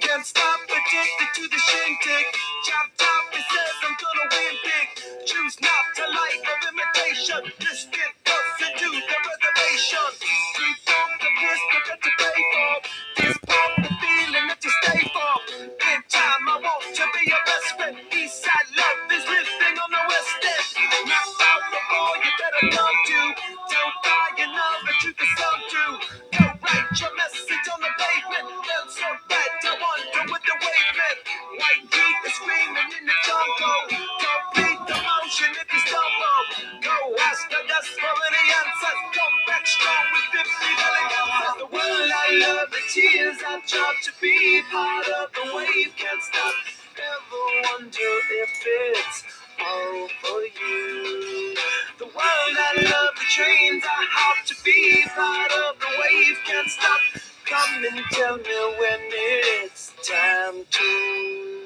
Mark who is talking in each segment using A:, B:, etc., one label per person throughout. A: Can't stop addicted to the shindig. Chop top, it says I'm gonna win big. Choose not to life of imitation. Distant thoughts into the reservation. Keep on the pistol that you pay for. This pop the feeling that you stay for. In time, I want to be your best friend. East side love is living on the west end. Not out the boy, you better come to. Don't die, you know that you can some do. Go write your message on the pavement. Felt so bad, I wonder what the wave meant. White heat is screaming in the jungle. Complete the motion if you stumble. Go ask the dust for any answers. Come back strong with 50 million answers. The world I love, the tears I drop to be part of the wave can't stop. Ever wonder if it's all for you? The world I love, the trains I hop to be part of the wave can't stop. Come and tell me when it's time to.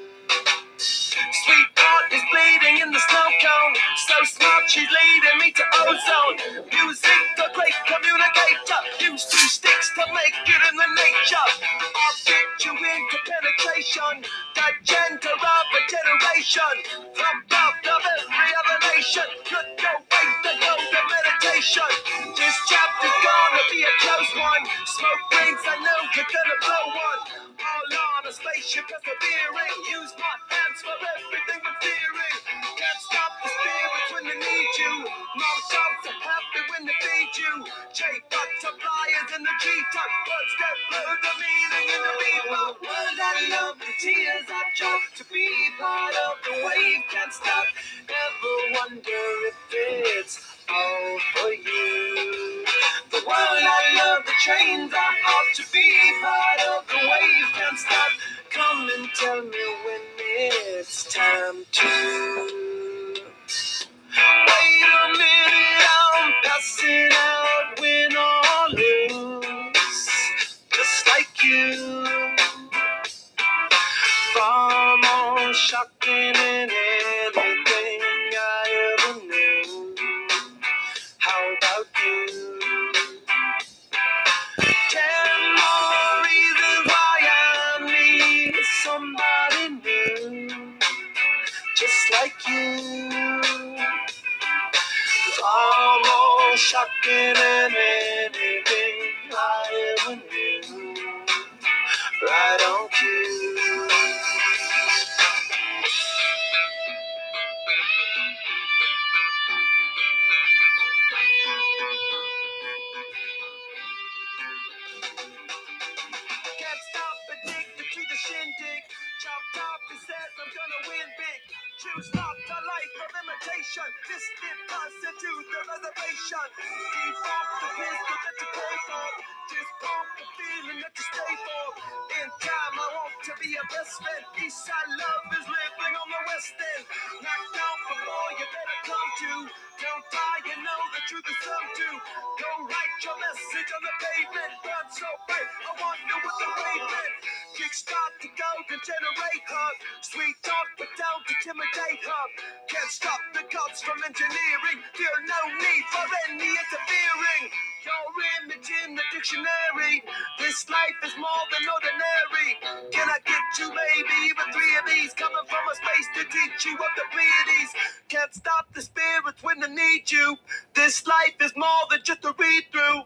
A: Sweetheart is bleeding in the snow cone. So smart, she's leading me to ozone. Music, the great communicator. Use two sticks to make it in the nature. I'll get you into penetration. The gender of a generation. From birth of every other nation. Good no wait to go to meditation. This chapter's gonna be a close one. Smoke rings, I know you're gonna blow one. All on a spaceship persevering. Use my hands for everything we're fearing. Can't stop the spirits when they need you. Mom shouts are happy when they feed you. J-Buck suppliers in the G-Tuck. Words that blow the meaning in the people. Words I love, the tears I drop. To be part of the wave can't stop. Never wonder if it's all for you. The world I love, the trains I ought to be part of the wave can't stop. Come and tell me when it's time to. Wait a minute, I'm passing out when all loose, just like you. Far more shocking than anything I ever knew. How about you? Ten more reasons why I need somebody new, just like you. It's almost shocking than anything I ever knew. Right on cue. Can't stop addicted to the shindig. Chop top, he says I'm gonna win big. Choose not the life of imitation. Distant constitute the reservation. Default the pistol that you pay for. Just pump the feeling that you stay for. In time, I want to be a best friend. East side love is living on the west end. Knocked out before you better come to. Don't die, you know the truth is some too. Go write your message on the pavement. Run so bright, I wonder what the wave meant. Kickstart the golden generate hub. Sweet talk, but don't intimidate her. Can't stop the gods from engineering. Feel no need for any interfering. Your image in the dictionary. This life is more than ordinary. Can I get you maybe even three of these? Coming from a space to teach you of the deities. Can't stop the spirits when they need you. This life is more than just a read through.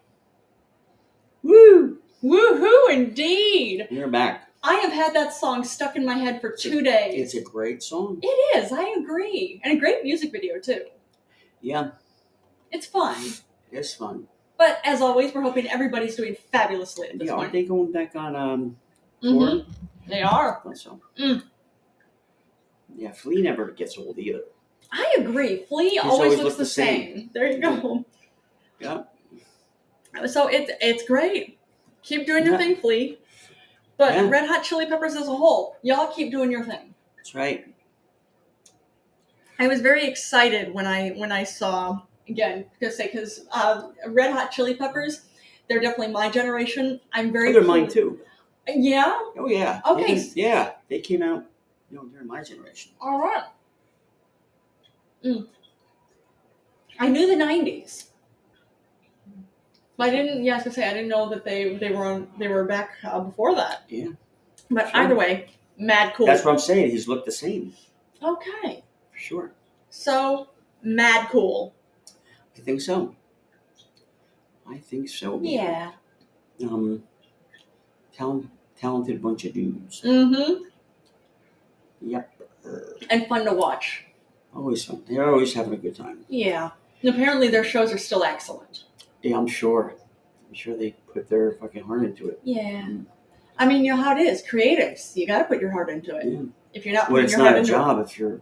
A: Woo! Woohoo indeed! You're back. I have had that song stuck in my head for two days. It's a great song. It is, I agree. And a great music video too. Yeah. It's fun. It's fun. But as always, we're hoping everybody's doing fabulously at this yeah, point. Are they going back on um
B: Mm-hmm.
A: tour? Mhm. They are. I think so. Mm. Yeah, Flea never gets old either. I agree. Flea He's always, always looks looked the the same. same. There you go. Yeah. So it's it's great.
B: Keep doing your
C: Yeah.
B: thing, Flea. But
C: Yeah.
B: Red Hot Chili Peppers as a whole, y'all keep doing your thing.
C: That's right.
B: I was very excited when I when I saw again gonna say because uh, Red Hot Chili Peppers, they're definitely my generation. I'm very
C: Oh, they're mine
B: pleased-
C: too.
B: Yeah.
C: Oh yeah.
B: Okay.
C: They- yeah, they came out. You know, during my generation.
B: All right. Mm. I knew the '90s, but I didn't. Yeah, I was gonna say I didn't know that they they were on they were back uh, before that.
C: Yeah.
B: But
C: Sure.
B: either way, mad cool.
C: That's what I'm saying. He's looked the same
B: okay.
C: for sure.
B: So mad cool.
C: I think so. I think so.
B: Yeah.
C: Um, talent, talented bunch of dudes.
B: Mm-hmm.
C: Yep.
B: And fun to watch.
C: Always fun. They're always having a good time.
B: Yeah. And apparently their shows are still excellent.
C: Yeah, I'm sure. I'm sure they put their fucking heart into it.
B: Yeah. I mean, you know how it is. Creatives, you got to put your heart into it.
C: Yeah.
B: If you're not
C: Well,
B: putting
C: it's
B: your
C: not
B: heart
C: a
B: into
C: job if you're
B: it,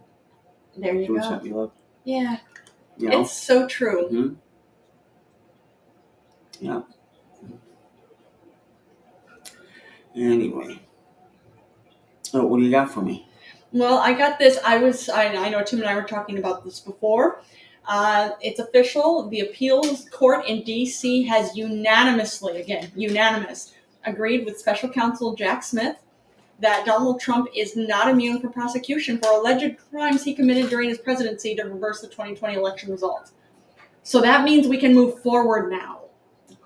B: there you
C: doing
B: go.
C: something you love.
B: Yeah.
C: You know.
B: It's so true.
C: Mhm. Yeah. Anyway. Oh, what do you got for me?
B: Well, I got this. I was. I, I know Tim and I were talking about this before. Uh, it's official. The appeals court in D.C. has unanimously, again, unanimous, agreed with special counsel Jack Smith that Donald Trump is not immune from prosecution for alleged crimes he committed during his presidency to reverse the 2020 election results. So that means we can move forward now.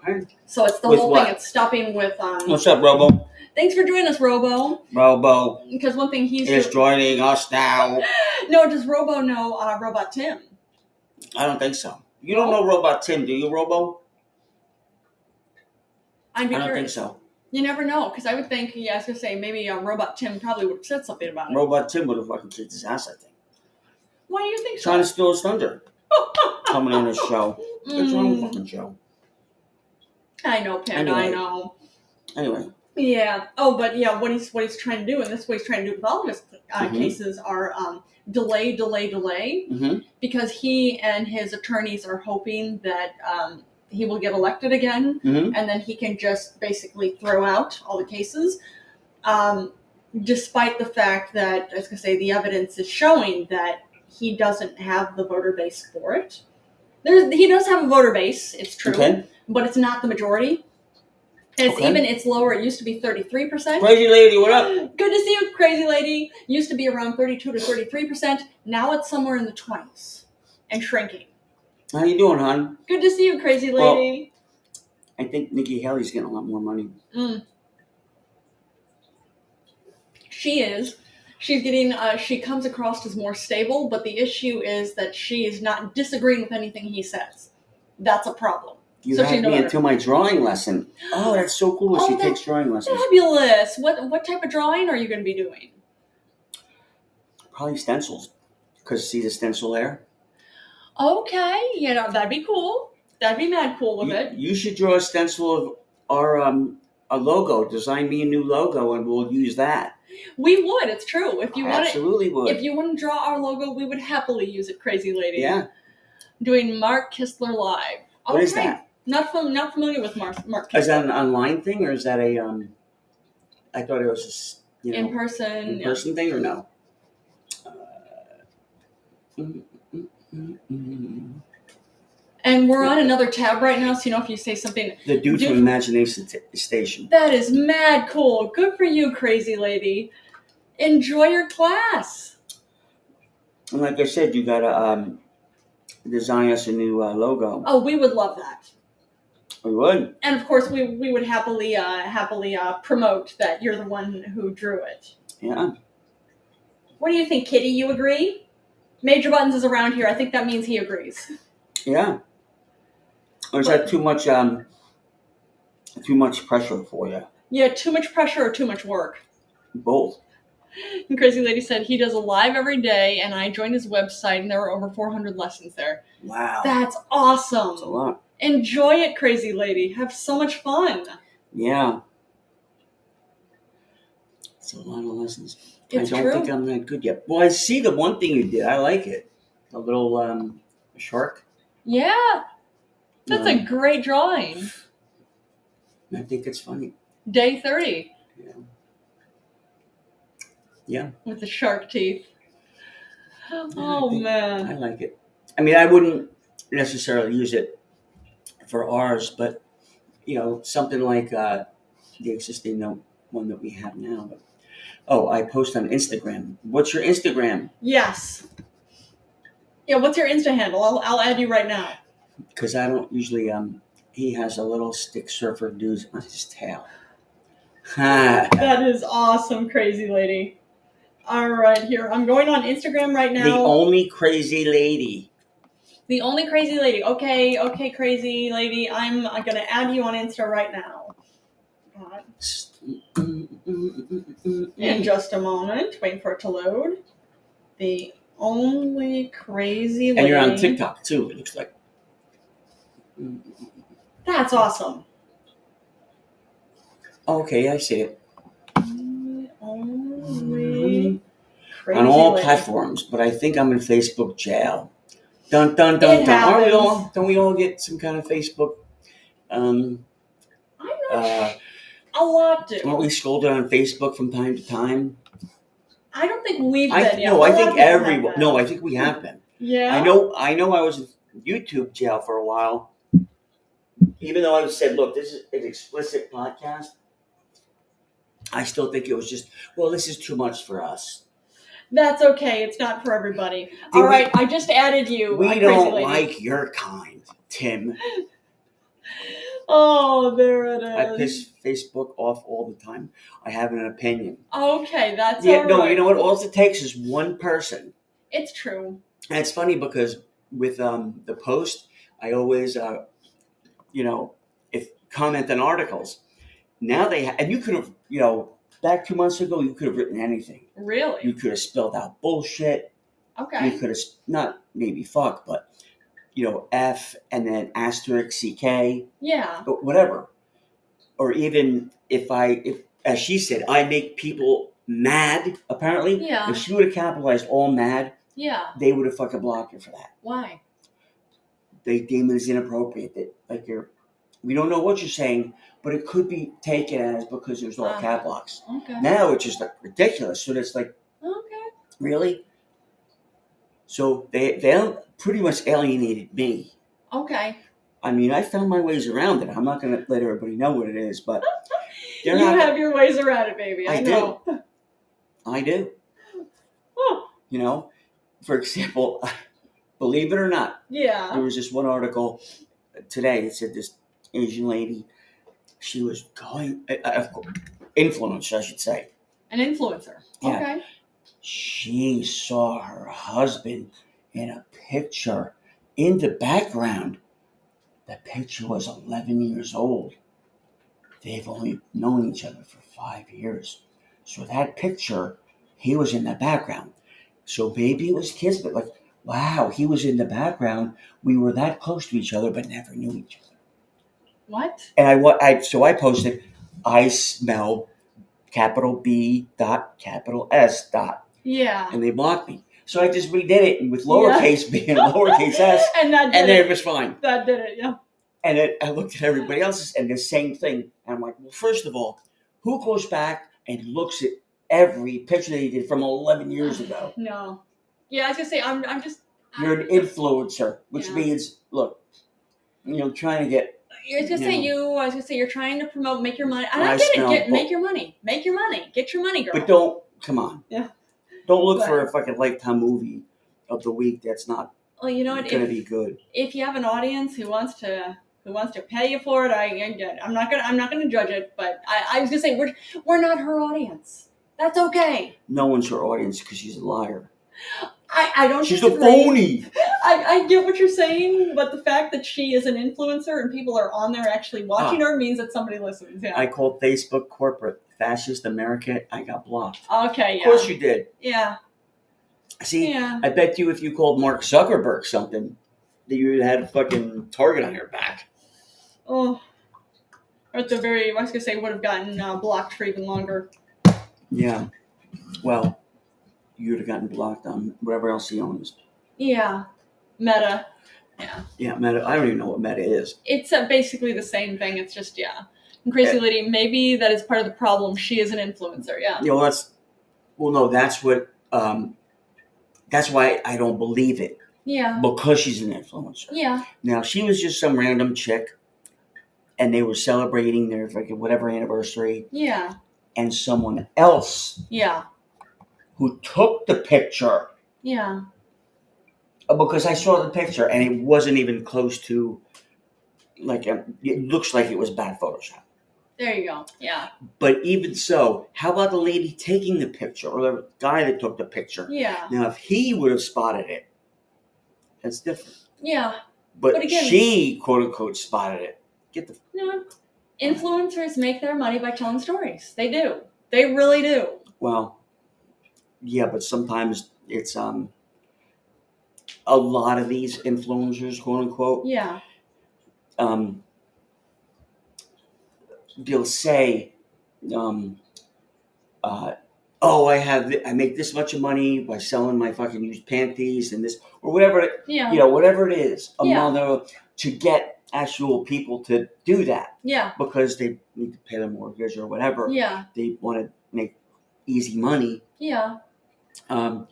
C: Okay.
B: So it's the
C: With
B: whole
C: what?
B: thing. It's stopping with. Um,
C: What's up, Robo?
B: thanks for joining us, Robo.
C: Robo
B: Because one thing he's
C: is joining us now.
B: no, does Robo know uh, Robot Tim?
C: I don't think so. You don't know Robot Tim, do you, Robo?
B: I'd
C: I
B: be
C: don't think
B: curious.
C: so.
B: You never know, because I would think, yeah, I was gonna say maybe um, Robot Tim probably would have said something about it.
C: Robot Tim would have fucking kicked his ass, I think.
B: Why do you think so?
C: Trying to steal his thunder. Coming on his show. It's your own
B: Mm,
C: fucking show.
B: I know, Panda. I
C: Anyway.
B: know.
C: Anyway.
B: Yeah. Oh, but yeah, what he's what he's trying to do, and this what he's trying to do with all of his uh,
C: Mhm.
B: cases are um, delay, delay, delay,
C: hmm
B: because he and his attorneys are hoping that um, he will get elected again,
C: hmm
B: and then he can just basically throw out all the cases. um, despite the fact that, as I say, the evidence is showing that he doesn't have the voter base for it. There's, he does have a voter base, it's true,
C: Okay.
B: but it's not the majority. And it's
C: Okay.
B: even it's lower. It used to be thirty three percent.
C: Crazy lady, what up?
B: Good to see you, crazy lady. Used to be around thirty two to thirty three percent. Now it's somewhere in the twenties and shrinking.
C: How you doing, hon?
B: Good to see you, crazy
C: Well,
B: lady.
C: I think Nikki Haley's getting a lot more money.
B: Mm. She is. She's getting. Uh, she comes across as more stable, but the issue is that she is not disagreeing with anything he says. That's a problem.
C: You
B: So she's
C: had
B: no
C: me
B: better.
C: until my drawing lesson. Oh, that's so cool.
B: Oh,
C: she
B: that's
C: takes drawing lessons.
B: Fabulous. What what type of drawing are you going to be doing?
C: Probably stencils. Because see the stencil there?
B: Okay, you know that'd be cool. That'd be mad cool with
C: You,
B: it.
C: you should draw a stencil of our um a logo. Design me a new logo and we'll use that.
B: We would. It's true. If you
C: I
B: want to,
C: absolutely would.
B: if you want to draw our logo, we would happily use it, crazy lady.
C: yeah.
B: Doing Mark Kistler live.
C: What is
B: Okay.
C: that?
B: Not fam- not familiar with Mark Mark Kistler.
C: Is that an online thing or is that a um I thought it was just you know
B: in person.
C: in
B: yeah.
C: person thing or no? Uh, Mm, mm, mm, mm.
B: And we're on another tab right now, so you know if you say something
C: The dude
B: Dude-
C: from Imagination t- Station.
B: that is mad cool, good for you, crazy lady. Enjoy your class.
C: And like I said, you gotta um design us a new uh, logo.
B: Oh, we would love that.
C: We would.
B: And of course, we, we would happily uh, happily uh, promote that you're the one who drew it.
C: Yeah.
B: What do you think, Kitty? You agree? Major Buttons is around here. I think that means he agrees.
C: Yeah. Or is that too much um too much pressure for you?
B: Yeah, too much pressure or too much work.
C: Both.
B: And Crazy Lady said he does a live every day, and I joined his website, and there were over 400 lessons there.
C: Wow.
B: That's
C: That's
B: awesome.
C: a lot.
B: Enjoy it, crazy lady. Have so much fun.
C: Yeah. It's a lot of lessons.
B: It's
C: I don't
B: true.
C: think I'm that good yet. Well, I see the one thing you did. I like it. A little um, shark.
B: yeah, that's
C: Um,
B: a great drawing.
C: I think it's funny.
B: Day three
C: Yeah. Yeah,
B: with the shark teeth. Oh
C: think-
B: man.
C: I like it. I mean, I wouldn't necessarily use it for ours, but you know, something like uh, the existing note, one that we have now. But, oh, I post on Instagram. What's your Instagram?
B: Yes. Yeah, what's your Insta handle? I'll, I'll add you right now.
C: Because I don't usually. Um, he has a little stick surfer news on his tail. Ha!
B: That is awesome, crazy lady. All right, here. I'm going on Instagram right now.
C: The only crazy lady.
B: The only crazy lady. Okay, okay, crazy lady. I'm uh, gonna add you on Insta right now. Uh, In just a moment, waiting for it to load. The only crazy lady.
C: And you're on TikTok too. It looks like.
B: That's awesome.
C: Okay, I see it
B: The only crazy
C: Mm-hmm. on all
B: lady.
C: platforms, but I think I'm in Facebook jail. Dun dun dun
B: It
C: dun. Aren't we
B: happens.
C: all? Don't we all get some kind of Facebook? Um,
B: I'm not
C: uh,
B: a lot do.
C: aren't we scolded on Facebook from time to time?
B: I don't think we've
C: I
B: been. yet.
C: no,
B: A
C: I
B: lot
C: think
B: of us have
C: everyone.
B: been.
C: No, I think we have been.
B: Yeah.
C: I know. I know. I was in YouTube jail for a while, even though I said, "Look, this is an explicit podcast." I still think it was just, well, this is too much for us.
B: That's okay. It's not for everybody.
C: Do
B: All
C: we-
B: right, I just added you. uh,
C: We
B: crazy
C: don't
B: lady.
C: like your kind, Tim.
B: Oh, there it is.
C: I piss Facebook off all the time. I have an opinion.
B: Okay, that's
C: yeah,
B: all
C: no,
B: right.
C: you know what? All it takes is one person.
B: It's true.
C: And it's funny because with um, the post, I always, uh, you know, if comment on articles. Now they ha- and you could have, you know, back two months ago, you could have written anything. You
B: Really?
C: could have spelled out bullshit. You
B: Okay.
C: could have s- not maybe fuck, but you know, F and then asterisk CK.
B: Yeah.
C: but whatever. Or even if I, if as she said, I make people mad. Apparently,
B: Yeah.
C: if she would have capitalized all mad,
B: Yeah.
C: they would have fucking blocked her for that.
B: Why?
C: They deem it as inappropriate that like you're, we don't know what you're saying, but it could be taken as because there's all
B: Uh-huh.
C: cap blocks.
B: Okay.
C: Now it's just like ridiculous. So it's like
B: Okay.
C: really. So they they al- pretty much alienated me.
B: Okay.
C: I mean, I found my ways around it. I'm not going to let everybody know what it is, but they're
B: you
C: not.
B: have your ways around it, baby. I,
C: I do.
B: know.
C: I do.
B: Oh,
C: You know, for example, believe it or not, there
B: yeah.
C: was this one article today that said this Asian lady, she was going, uh, uh, influencer, I should say.
B: An influencer.
C: Yeah.
B: Okay.
C: She saw her husband in a picture in the background. The picture was 11 years old. They've only known each other for five years. So that picture, he was in the background. So maybe it was kids, but like, wow, he was in the background. We were that close to each other, but never knew each other.
B: What?
C: And I, wa- I so I posted, I smell capital B dot capital S dot,
B: Yeah.
C: and they blocked me. So I just redid it and with lowercase B and lowercase S,
B: and that did
C: and
B: it.
C: it was fine.
B: That did it. Yeah.
C: And it, I looked at everybody else's and the same thing. And I'm like, well, first of all, who goes back and looks at every picture they did from 11 years ago?
B: No. Yeah, I was gonna say I'm. I'm just.
C: You're an influencer, which
B: Yeah.
C: means, look, you know, trying to get,
B: I was gonna say
C: No.
B: you. I was gonna say you're trying to promote, make your money. And I,
C: I
B: get it.
C: smell
B: Get,
C: bu-
B: make your money. Make your money. Get your money, girl.
C: but don't, come on.
B: Yeah.
C: Don't look for a fucking lifetime movie of the week that's not
B: well, you know what?
C: going to
B: If,
C: be good.
B: if you have an audience who wants to who wants to pay you for it, I, I get. it. I'm not gonna I'm not gonna judge it, but I, I was gonna say we're we're not her audience. That's okay.
C: No one's her audience because she's a liar.
B: I, I don't.
C: She's a
B: disagree.
C: phony.
B: I, I get what you're saying, but the fact that she is an influencer and people are on there actually watching
C: Ah.
B: her means that somebody listens. Yeah.
C: I called Facebook corporate fascist America. I got blocked.
B: okay.
C: Of
B: Yeah.
C: course you did.
B: Yeah.
C: See,
B: Yeah.
C: I bet you if you called Mark Zuckerberg something, that you would have had a fucking target on your back.
B: Oh. Or at the very, I was gonna say, would have gotten uh, blocked for even longer.
C: Yeah. Well, you would have gotten blocked on whatever else he owns.
B: Yeah. Meta.
C: Yeah, Meta. I don't even know what Meta is.
B: it's uh, basically the same thing. It's just yeah. And Crazy Lady, maybe that is part of the problem. She is an influencer. Yeah.
C: You know, that's well, no, that's what. Um, that's why I don't believe it
B: Yeah.
C: because she's an influencer.
B: Uh-huh. Yeah.
C: Now she was just some random chick, and they were celebrating their freaking whatever anniversary,
B: Yeah.
C: and someone else
B: Yeah.
C: who took the picture
B: Yeah.
C: uh, because I saw the picture and it wasn't even close to, like um, it looks like it was bad Photoshop.
B: There you go. Yeah.
C: But even so, how about the lady taking the picture or the guy that took the picture?
B: Yeah.
C: Now, if he would have spotted it, that's different.
B: Yeah.
C: But,
B: But again-
C: she, quote unquote, spotted it. Get the
B: No. Influencers make their money by telling stories. They do. They really do.
C: well, yeah. But sometimes it's um, a lot of these influencers, quote unquote,
B: Yeah.
C: um, they'll say, um, uh, "Oh, I have I make this much of money by selling my fucking used panties and this or whatever it-
B: Yeah.
C: you know, whatever it is, a
B: Yeah.
C: mother to get actual people to do that
B: Yeah.
C: because they need to pay their mortgage or whatever.
B: Yeah.
C: They want to make easy money
B: Yeah.
C: um,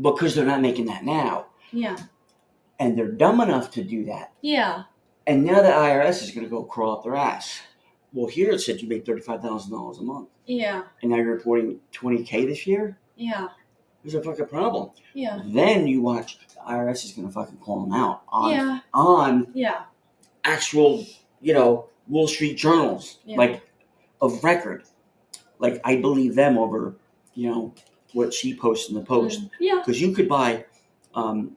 C: because they're not making that now,
B: Yeah.
C: and they're dumb enough to do that."
B: Yeah.
C: And now the IRS is going to go crawl up their ass. Well, here it said you made thirty-five thousand dollars a month,
B: Yeah.
C: and now you're reporting twenty k this year.
B: Yeah.
C: There's a fucking problem.
B: Yeah.
C: Then you watch the IRS is going to fucking call them out on
B: Yeah.
C: on
B: Yeah.
C: actual, you know, Wall Street journals
B: Yeah.
C: like of record. Like I believe them over, you know, what she posts in the post
B: Mm. Yeah.
C: because you could buy, um,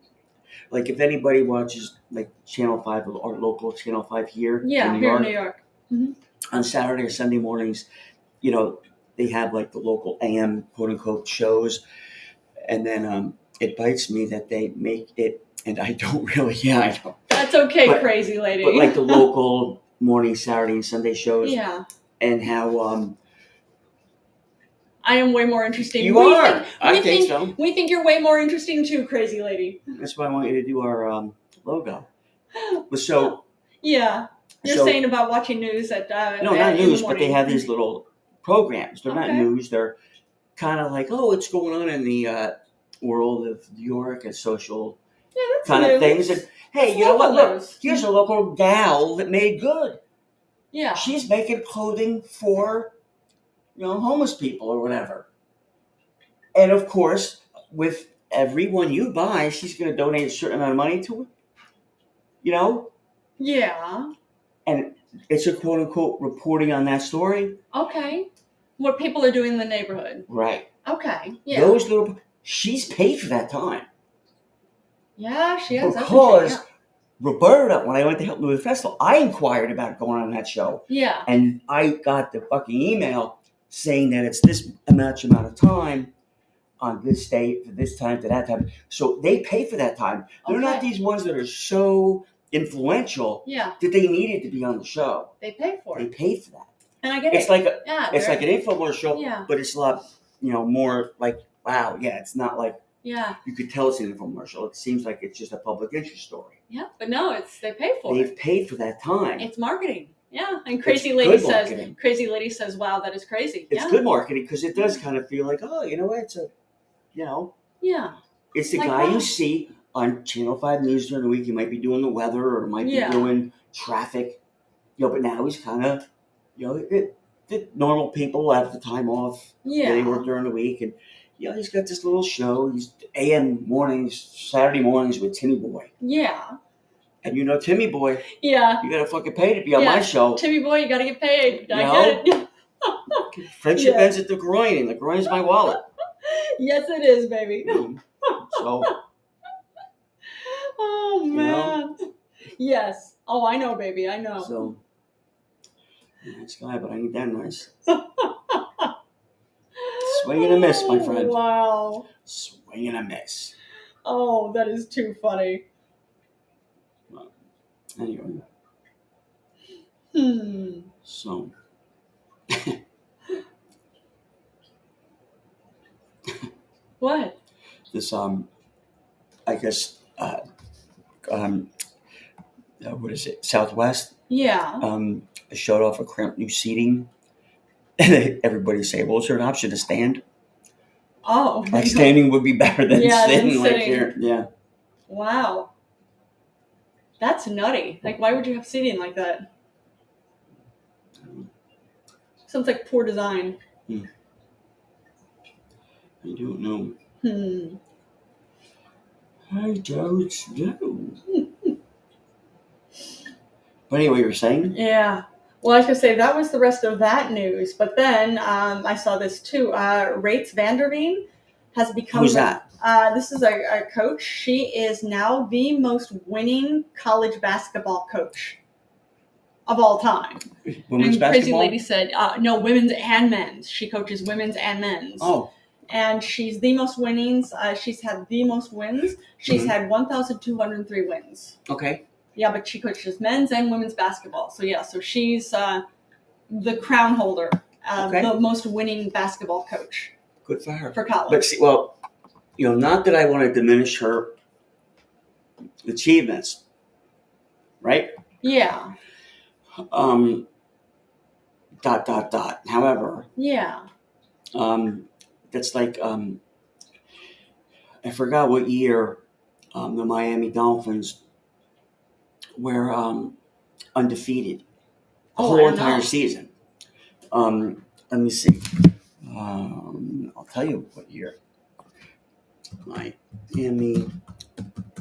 C: like if anybody watches like Channel Five or local Channel Five here, in
B: Yeah.
C: New
B: Here
C: York,
B: in New York.
C: on Saturday or Sunday mornings, you know, they have like the local AM quote unquote shows. And then um, it bites me that they make it, and I don't really, yeah, I know,
B: That's okay,
C: But-
B: crazy lady.
C: but like the local morning Saturday and Sunday shows,
B: yeah.
C: and how um,
B: I am way more interesting.
C: you
B: We
C: are.
B: think-
C: I
B: we think,
C: think, so.
B: We think you're way more interesting too, crazy lady.
C: That's why I want you to do our um, logo. But so,
B: Yeah. You're
C: so
B: saying about watching news at uh,
C: no,
B: at-
C: not
B: in the
C: news, but they
B: morning.
C: have these little programs. They're not
B: Okay.
C: news. They're kind of like, oh, what's going on in the uh, world of New York and social
B: yeah, that's
C: kind of
B: news.
C: things. And hey,
B: It's
C: you know what?
B: local
C: Look,
B: news.
C: here's a local gal that made good.
B: Yeah.
C: She's making clothing for you know homeless people or whatever. And of course, with everyone you buy, she's going to donate a certain amount of money to it. You know,
B: Yeah.
C: and it's a quote unquote reporting on that story,
B: Okay. What people are doing in the neighborhood.
C: right?
B: Okay. Yeah.
C: Those little she's paid for that time.
B: yeah, she has. that's
C: Because-
B: interesting,
C: Roberta, when I went to help with the festival, I inquired about going on that show.
B: Yeah.
C: and I got the fucking email saying that it's this amount amount of time on this date for this time to that time. So they pay for that time. They're not
B: Okay.
C: these ones that are so influential
B: Yeah.
C: that they needed to be on the show.
B: They pay for
C: They
B: it.
C: paid for that.
B: And I get
C: It's
B: it.
C: like a,
B: yeah.
C: it's
B: they're-
C: like an infomercial,
B: Yeah.
C: but it's a lot you know more like wow yeah it's not like
B: Yeah.
C: you could tell it's an infomercial. It seems like it's just a public interest story.
B: Yeah. But no, it's they pay for it.
C: They've paid for that time.
B: It's marketing. Yeah. And crazy
C: good
B: lady says
C: marketing.
B: crazy lady says, Wow, that is crazy.
C: it's
B: yeah.
C: good marketing because it does kind of feel like oh you know what it's a you know
B: Yeah.
C: It's the
B: Like
C: guy you
B: that.
C: see on Channel 5 News during the week. He might be doing the weather or might
B: Yeah.
C: be doing traffic. You know, but now he's kind of, you know, it, the normal people have the time off.
B: Yeah.
C: They work during the week. And, you know, he's got this little show. He's AM mornings, Saturday mornings with Timmy Boy.
B: Yeah.
C: And you know, Timmy Boy,
B: Yeah.
C: you got to fucking pay to be on my
B: Yeah.
C: show.
B: Timmy boy, you gotta get paid. I
C: No.
B: get it.
C: Friendship
B: Yeah.
C: ends at the groin, and the groin is my wallet.
B: yes it is, baby.
C: Um, so,
B: Oh
C: You
B: man.
C: know?
B: Yes. Oh I know, baby, I know.
C: so. Nice guy, but I ain't that nice. Swing and a miss, my
B: Oh,
C: friend.
B: Wow.
C: swing and a miss.
B: Oh, that is too funny.
C: Anyway,
B: Hmm.
C: so
B: What?
C: this um, I guess uh, um, uh, what is it? Southwest
B: Yeah.
C: um, showed off a cramped new seating. Everybody say, "Well, is there an option to stand?
B: Oh.
C: Like standing would be better than
B: Yeah, than
C: sitting." Like
B: sitting.
C: here, yeah.
B: Wow. That's nutty. Like, why would you have seating like that? Sounds like poor design.
C: I don't know.
B: Hmm.
C: I don't know. but anyway, you were saying?
B: Yeah. Well, I was gonna say that was the rest of that news, but then um, I saw this too. Uh, Rates Vanderveen has become
C: Who's that?
B: Uh, this is a, a coach. She is now the most winning college basketball coach of all time.
C: Women's
B: and
C: basketball.
B: Crazy Lady said, uh, "No, women's and men's. She coaches women's and men's."
C: Oh,
B: and she's the most winnings. Uh, she's had the most wins. She's
C: Mhm.
B: had 1,203 wins.
C: okay.
B: Yeah, but she coaches men's and women's basketball. So yeah, so she's uh, the crown holder, uh,
C: Okay.
B: the most winning basketball coach
C: Good for her.
B: for college.
C: But see, well, you know, not that I want to diminish her achievements, right?
B: yeah,
C: Um, dot dot dot. However,
B: yeah,
C: um, that's like um, I forgot what year um, the Miami Dolphins were um, undefeated the
B: Oh, I
C: whole
B: don't
C: entire
B: know.
C: season. Um, let me see. Um, I'll tell you what year. Miami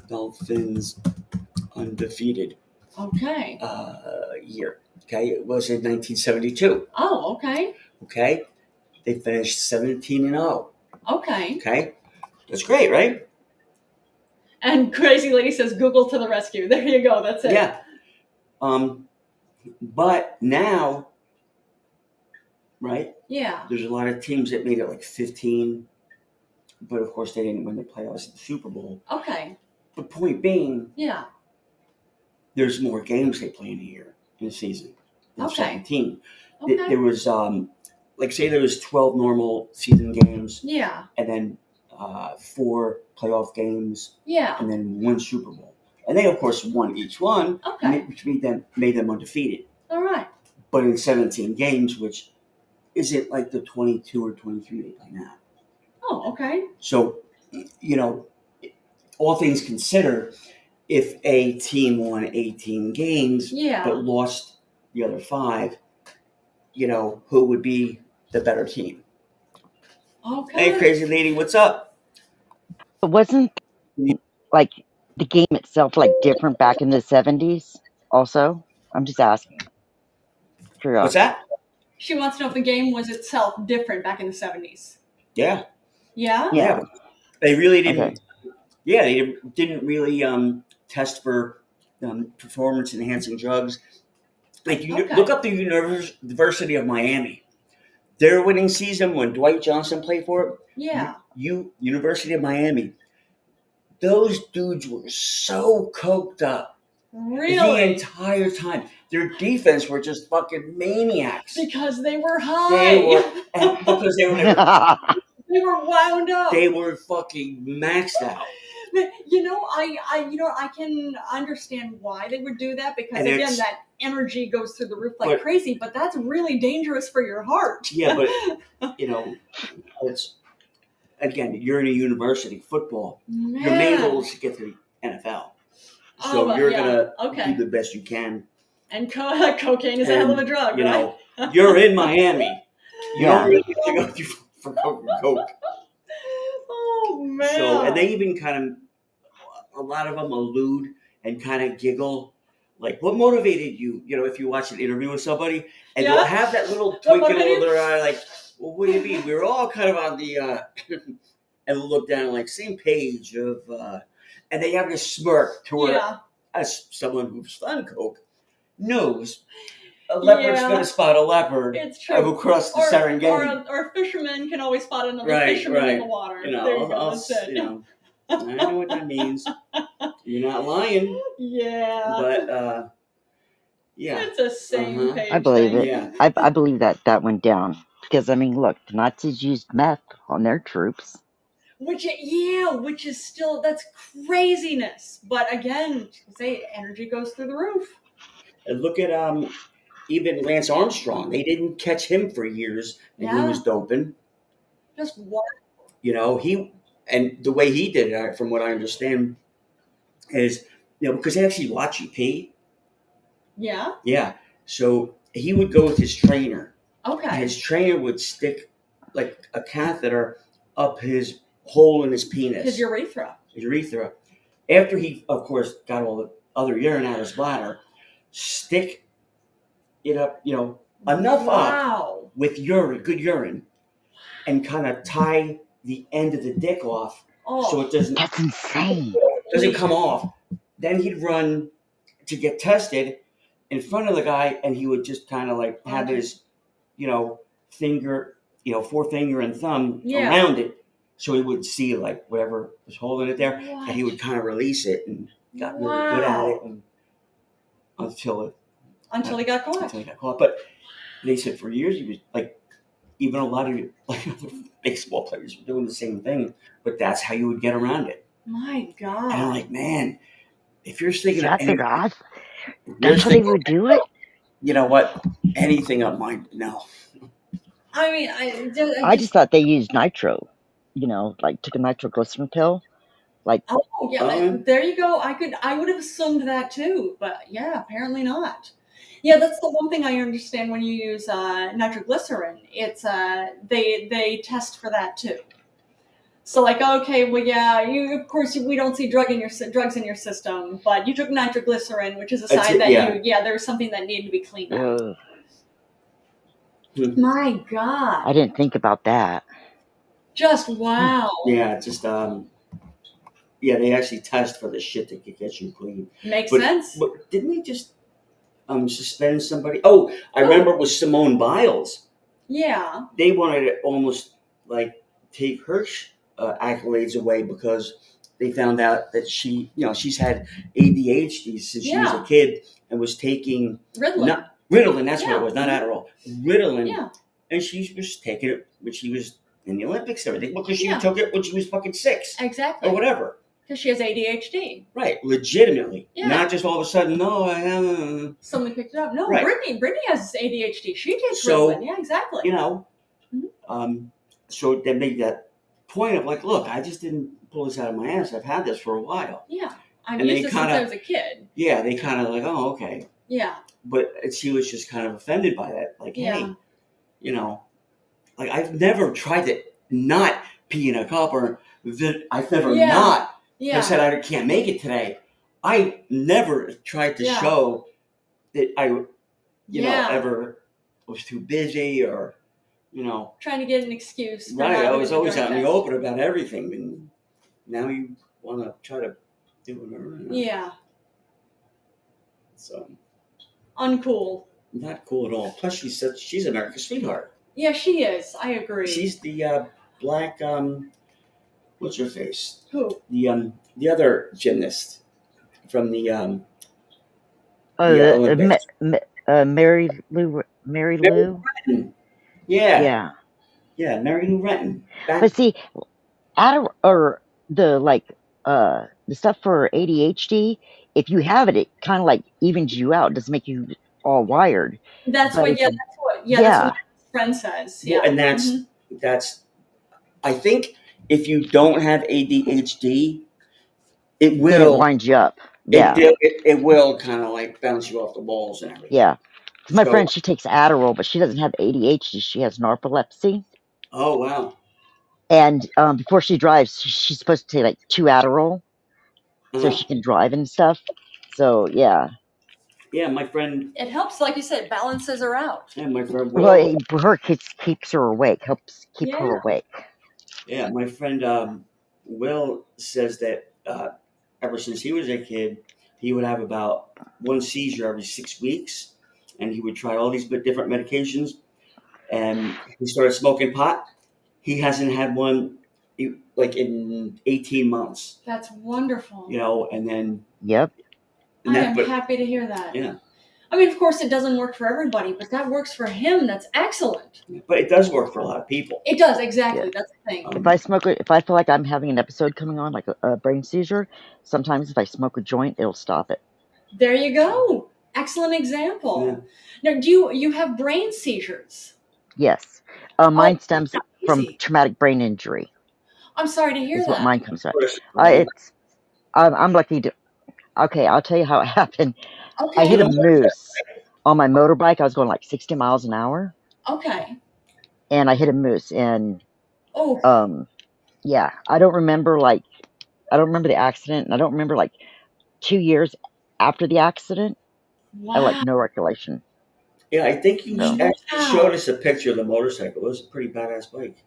C: Dolphins undefeated
B: okay.
C: uh, year. Okay, it was in 1972.
B: Oh, okay,
C: Okay, they finished 17 and 0.
B: okay.
C: Okay, that's great, right?
B: And Crazy Lady says, "Google to the rescue." There you go. That's it.
C: Yeah. Um, but now, right?
B: yeah,
C: There's a lot of teams that made it like 15, but of course they didn't win the playoffs and the Super Bowl.
B: okay,
C: But point being,
B: yeah,
C: there's more games they play in a year in a season. than
B: Okay.
C: 17. Th-
B: okay,
C: There was um, like say there was 12 normal season games,
B: yeah,
C: and then uh, four playoff games,
B: yeah,
C: and then one Super Bowl. And they of course won each one,
B: okay.
C: ma- which made them made them undefeated.
B: All right.
C: But in 17 games, which isn't like the 22 or 23 they play now.
B: Oh, okay.
C: So, you know, all things considered, if a team won 18 games
B: Yeah.
C: but lost the other five, you know, who would be the better team?
B: Okay.
C: Hey, crazy lady, what's up?
A: But wasn't like the game itself like different back in the 70s also? I'm just asking.
C: What's
A: Curiosity.
C: that?
B: She wants to know if the game was itself different back in the 70s.
C: Yeah,
B: Yeah?
A: Yeah.
C: they really didn't.
A: Okay.
C: Yeah, they didn't- didn't really um, test for um, performance enhancing drugs. Like, you
B: Okay.
C: look up the Univers- University of Miami. Their winning season when Dwight Johnson played for it
B: Yeah.
C: you University of Miami. Those dudes were so coked up Mm-hmm. the
B: Really?
C: entire time. Their defense were just fucking maniacs.
B: Because they were high.
C: They were and because they were
B: They were wound up.
C: they were fucking maxed out.
B: you know, I, I you know, I can understand why they would do that because
C: And
B: again
C: it's-
B: that energy goes through the roof like
C: But-
B: crazy, but that's really dangerous for your heart.
C: Yeah, but you know, it's again you're in a university football.
B: Man.
C: Your main goal is to get to the NFL. So
B: Oh,
C: you're
B: yeah.
C: gonna
B: Okay.
C: do the best you can.
B: And co- cocaine is a hell of a
C: And,
B: drug,
C: You
B: right?
C: know, you're in Miami. You
A: Yeah.
C: don't really have to go through for coke and coke.
B: Oh man.
C: So, and they even kind of, a lot of them allude and kind of giggle. Like, what motivated you? You know, if you watch an interview with somebody, and
B: Yeah.
C: they'll have that little
B: What
C: twinkle in
B: motivated-
C: their eye, like, well, what do you mean? We were all kind of on the, uh, and they'll look down, like, same page of, uh, and they have this smirk toward
B: yeah.
C: us, someone who's done coke, knows a leopard's
B: Yeah.
C: going to spot a leopard
B: It's true.
C: of across the Serengeti.
B: Or, a, or a fisherman can always spot another
C: Right,
B: fisherman in
C: right.
B: the water.
C: you
B: there
C: know,
B: you
C: I'll,
B: go.
C: I'll,
B: that's
C: s-
B: it.
C: you know, I know what that means. You're not lying.
B: yeah.
C: but uh, yeah,
B: It's a same
C: Uh-huh.
B: page.
A: I believe
B: thing.
A: it.
C: yeah,
A: I, I believe that that went down because I mean, look, the Nazis used meth on their troops.
B: Which it- yeah, which is still that's craziness. But again, say energy goes through the roof.
C: And look at um, even Lance Armstrong. They didn't catch him for years, and he
B: Yeah.
C: was doping.
B: Just one.
C: You know, he and the way he did it, I- from what I understand, is you know because they actually watch you pee.
B: Yeah.
C: Yeah, so he would go with his trainer, and
B: Okay.
C: his trainer would stick like a catheter up his hole in his penis.
B: His urethra.
C: urethra. After he, of course, got all the other urine out of his bladder, stick it up, you know, enough up
B: Wow.
C: with urine, good urine, and kind of tie the end of the dick off
B: Oh.
C: so it doesn't
A: That's insane.
C: doesn't come off. Then he'd run to get tested in front of the guy, and he would just kind of like have his, you know, finger, you know, forefinger and thumb
B: Yeah.
C: around it, so he would see like whatever was holding it there and he would kind of release it and got really good at
B: Wow.
C: it and until it
B: Until he got caught.
C: until he got caught. But they said for years he was like even a lot of your- like other baseball players were doing the same thing, but that's how you would get around it.
B: My
C: And I'm
B: God.
C: like, man, if you're thinking of
A: That's
C: any,
A: an awesome.
C: if you're
A: That's how they
C: thinking,
A: would do it.
C: you know what, anything up my no.
B: I mean, I,
A: I just thought they used nitro. You know, like took a nitroglycerin pill. Like
B: Oh yeah, I-
C: Um,
B: there you go. I could I would have assumed that too, but yeah, apparently not. Yeah, that's the one thing I understand when you use uh, nitroglycerin. It's uh, they they test for that too. So like, okay, well, yeah, you of course we don't see drug in your sy- drugs in your system, but you took nitroglycerin, which is a
C: That's
B: sign
C: it,
B: that
C: yeah.
B: you yeah there was something that needed to be cleaned up.
A: ugh,
B: My
A: I
B: God,
A: didn't think about that.
B: just wow.
C: Yeah, it's just um, yeah, they actually test for the shit that could get you clean.
B: Makes
C: But-
B: sense.
C: But didn't they just um suspend somebody? Oh, I
B: Oh.
C: remember it was Simone Biles.
B: yeah.
C: They wanted to almost like take her sh- uh, accolades away because they found out that she, you know, she's had ADHD since she was a
B: Yeah.
C: kid and was taking
B: Ritalin.
C: No- Ritalin. That's what
B: Yeah.
C: it was, not Adderall. Ritalin,
B: yeah.
C: and she was taking it when she was in the Olympics and everything because she
B: Yeah.
C: took it when she was fucking six
B: Exactly.
C: or whatever.
B: Because she has ADHD.
C: Right, legitimately,
B: Yeah.
C: not just all of a sudden. No, I uh, haven't.
B: Someone picked it up. No,
C: Right.
B: Brittany. Brittany has ADHD. She takes
C: So,
B: Ritalin. Yeah, exactly.
C: you know.
B: Mhm.
C: Um, so they made that point of like, look, I just didn't pull this out of my ass. I've had this for a while.
B: yeah, I've
C: and
B: used
C: they
B: this since
C: kinda-
B: I was a kid.
C: Yeah, they kind of like, oh, okay.
B: Yeah,
C: But she was just kind of offended by that. Like, hey,
B: Yeah.
C: you know, like I've never tried to not pee in a cup or that I've never
B: Yeah,
C: not. I
B: yeah,
C: said I can't make it today. I never tried to
B: Yeah.
C: show that I, you
B: yeah.
C: know, ever was too busy or, you know,
B: Trying to get an excuse. for not
C: Right, I
B: having
C: was
B: a
C: always
B: drug
C: out in the
B: test.
C: open about everything, and now you want to try to do it around.
B: Yeah,
C: So
B: uncool.
C: not cool at all. Plus, she's such she's America's sweetheart.
B: Yeah, she is. I agree.
C: She's the uh, black um, what's her face?
B: Who?
C: The um, the other gymnast from the um,
A: Oh, the,
C: Yeah,
A: uh, Ma-
C: Olympics.
A: Ma- uh, Mary Lou, Mary
C: Mary
A: Lou,
C: yeah, yeah,
A: yeah.
C: Mary Lou Retton. Back,
A: But see, Adder or the like uh the stuff for ADHD, if you have it, it kind of like evens you out. Doesn't make you all wired.
B: That's
A: But
B: what.
A: if
B: Yeah,
A: you-
B: that's what. Yeah, that's what my friend says. Yeah,
C: and that's
B: Mhm.
C: that's. I think if you don't have ADHD, it
A: It
C: will.
A: winds you up.
C: It
A: Yeah,
C: it, it, it will kind of like bounce you off the walls and everything.
A: yeah. 'Cause my
C: So-
A: friend, she takes Adderall, but she doesn't have ADHD. She has narcolepsy,
C: Oh wow.
A: and um, before she drives, she- she's supposed to take like two Adderall so
C: Uh,
A: she can drive and stuff. So yeah,
C: yeah, my friend.
B: It helps, like you said, balances her out.
C: Yeah, my friend. Will,
A: well, it- her keeps keeps her awake, helps keep her
B: Yeah.
A: awake.
C: yeah, my friend. Um, Will says that uh, ever since he was a kid, he would have about one seizure every six weeks, and he would try all these bit- different medications. And he started smoking pot. He hasn't had one he- like in eighteen months,
B: That's wonderful.
C: you know. And then
A: Yep.
C: and
B: I
A: Oh,
C: that,
B: am
C: but
B: happy to hear that.
C: Yeah.
B: I mean, of course, it doesn't work for everybody, but that works for him. That's excellent.
C: but it does work for a lot of people.
B: It does, exactly.
A: Yeah.
B: That's the thing.
C: Um,
A: if I smoke it, if I feel like I'm having an episode coming on, like a, a brain seizure, sometimes if I smoke a joint, it'll stop it.
B: There you go. Excellent
C: Um,
B: example. Now, do you you have brain seizures?
D: Yes. Uh, mine
B: Oh,
D: stems from
B: easy.
D: traumatic brain injury.
B: I'm sorry to hear
D: Is what
B: that.
D: mine comes from. Uh, it's I'm, I'm lucky to. Okay, I'll tell you how it happened. I hit
B: Okay.
D: a moose on my motorbike. I was going like 60 miles an hour,
B: Okay.
D: and I hit a moose. And
B: Oh,
D: um, yeah, I don't remember like I don't remember the accident, and I don't remember like two years after the accident. I like
B: wow.
D: no recollection.
C: Yeah, I think you
D: So
C: actually
B: Wow.
C: showed us a picture of the motorcycle. It was a pretty badass bike.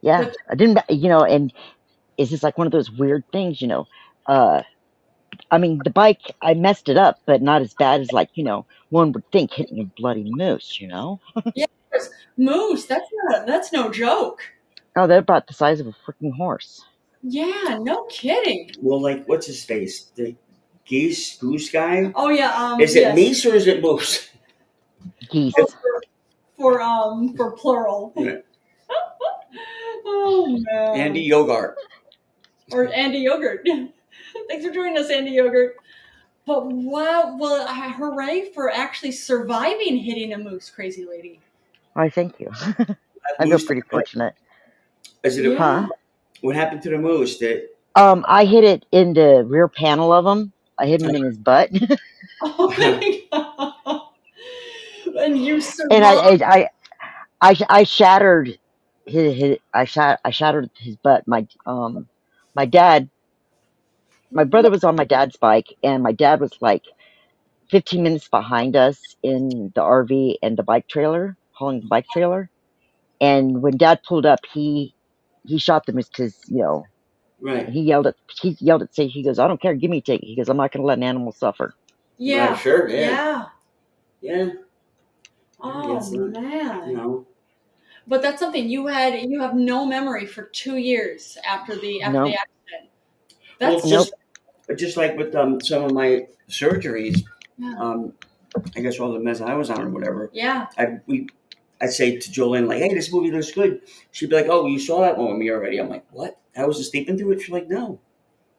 D: yeah,
B: But
D: I didn't. You know, and it's just like one of those weird things. You know, uh, I mean, the bike, I messed it up, but not as bad as like, you know, one would think hitting a bloody moose, you know?
B: yeah, there's moose. That's not a, that's no joke.
D: Oh, they're about the size of a freaking horse.
B: Yeah. No kidding.
C: Well, like, what's his face? The geese, goose guy?
B: Oh yeah. Um.
C: Is it
B: Yes.
C: meese or is it moose?
B: Oh,
D: Geese.
B: for, for um for plural.
C: Yeah.
B: Oh no.
C: Andy Yogart.
B: or Andy Yogurt. Thanks for joining us, Andy Yogurt. But wow, well, h- hooray for actually surviving hitting a moose, crazy lady.
D: Why, thank you. I feel
C: Moose.
D: pretty fortunate.
C: Is it a,
B: Yeah.
D: Huh?
C: what happened to the moose? Did
D: Um, I hit it in the rear panel of him. I hit him in his butt.
B: Oh my god. And you
D: and I,
B: survived.
D: I, I, I, I shattered his, his I shot, I shattered his butt. My, um, my dad, my brother was on my dad's bike and my dad was like, 15 minutes behind us in the RV and the bike trailer, hauling the bike trailer. And when Dad pulled up, he he shot the moose because you know
C: right?
D: he yelled at he yelled at say he goes I don't care give me a ticket he goes I'm not gonna let an animal suffer
C: Right.
B: Yeah.
C: Sure.
B: Yeah.
C: Yeah. Yeah.
B: Oh
C: Yes, sir. You
B: man.
C: know.
B: But that's something you had you have no memory for two years after the after the
D: no
B: accident.
C: Well,
B: That's
D: nope
C: just just like with um, some of my surgeries,
B: yeah.
C: um, I guess all the meds I was on or whatever.
B: Yeah.
C: I we I'd say to Jolene like, "Hey, this movie looks good." She'd be like, "Oh, you saw that one with me already." I'm like, "What? I was sleeping through it." She's like, "No."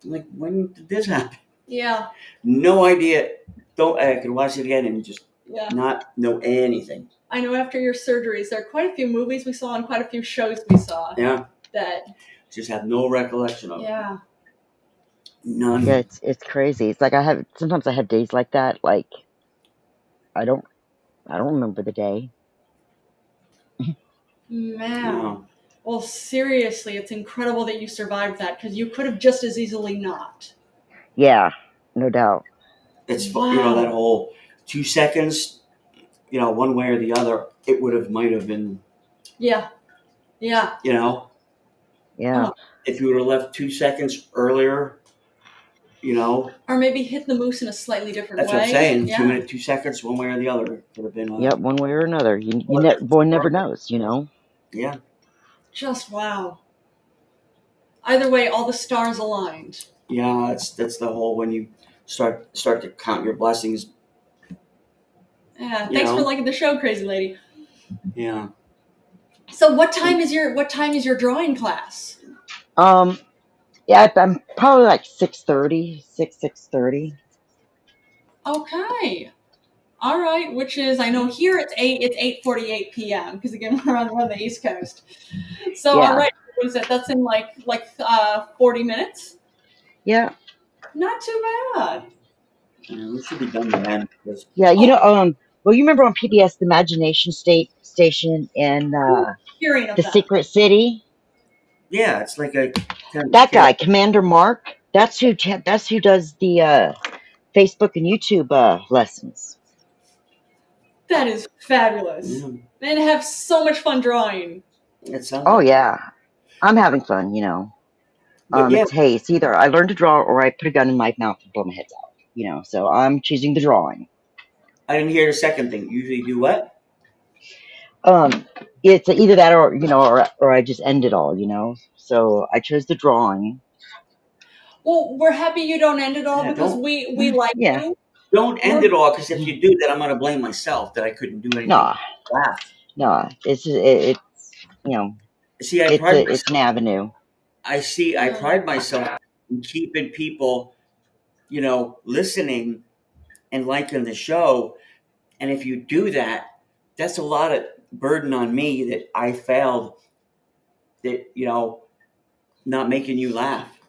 C: I'm like, "When did this happen?"
B: Yeah.
C: No idea. Don't I could watch it again and just
B: Yeah.
C: not know anything.
B: I know after your surgeries, there are quite a few movies we saw and quite a few shows we saw
C: Yeah,
B: that,
C: just have no recollection of it.
B: yeah,
C: none.
D: yeah it's it's crazy it's like I have sometimes I have days like that like I don't I don't remember the day
B: man.
C: No.
B: Well, seriously, it's incredible that you survived that because you could have just as easily not.
D: yeah no doubt
C: It's fu- you know
B: Wow.
C: that whole two seconds. You know, one way or the other, it would have might have been.
B: Yeah, yeah.
C: You know,
D: yeah
B: Oh.
C: if you would have left two seconds earlier, you know,
B: Or maybe hit the moose in a slightly different
C: That's
B: way.
C: what I'm saying. Two
B: Yeah,
C: minutes, two seconds, one way or the other, could have been. Uh,
D: yep one way or another you you ne- one never knows you know
C: Yeah,
B: just wow. Either way, all the stars aligned.
C: yeah. That's that's the whole when you start start to count your blessings.
B: Yeah.
C: You
B: Thanks for
C: know.
B: liking the show, crazy lady.
C: Yeah.
B: So, what time is your what time is your drawing class?
D: um Yeah, I'm probably like 6.30, 6, 6.30.
B: Okay. All right, which is I know here it's eight. It's eight forty-eight p.m. because again we're on, we're on the East Coast. So all
D: Yeah.
B: right, what is that? That's in like like uh, forty minutes.
D: Yeah.
B: Not too bad.
C: yeah we should be done by then. 'cause-
D: Yeah, you
B: Oh,
D: know, um, well, you remember on PBS, the Imagination State Station and uh,
B: hearing of
D: the
B: that.
D: Secret City?
C: Yeah, it's like a kind of
D: That guy, Commander Mark, that's who ta- that's who does the uh, Facebook and YouTube uh, lessons.
B: That is fabulous.
C: Yeah, uh,
B: And have so much fun drawing.
C: it sounds
D: Oh,
C: like.
D: yeah. I'm having fun, you know.
C: But
D: Um,
C: yeah,
D: it's, hey, it's either I learn to draw or I put a gun in my mouth and blow my head out, you know. So I'm choosing the drawing.
C: I didn't hear the second thing. Usually do what?
D: um it's either that or you know or, or i just end it all you know so i chose the drawing
B: Well, we're happy you don't end it all
C: Yeah,
B: because
C: don't Mm,
B: we we like
D: yeah
B: you.
C: don't end
B: We're
C: it all because if you do that, I'm gonna blame myself that I couldn't do anything.
D: nah
C: Wow.
D: nah it's just, it, it's you know
C: See, I
D: it's
C: pride
D: a
C: myself.
D: it's an avenue
C: I see. I
B: Yeah.
C: pride myself in keeping people, you know, listening and liking the show. And if you do that, that's a lot of burden on me that I failed that, you know, not making you laugh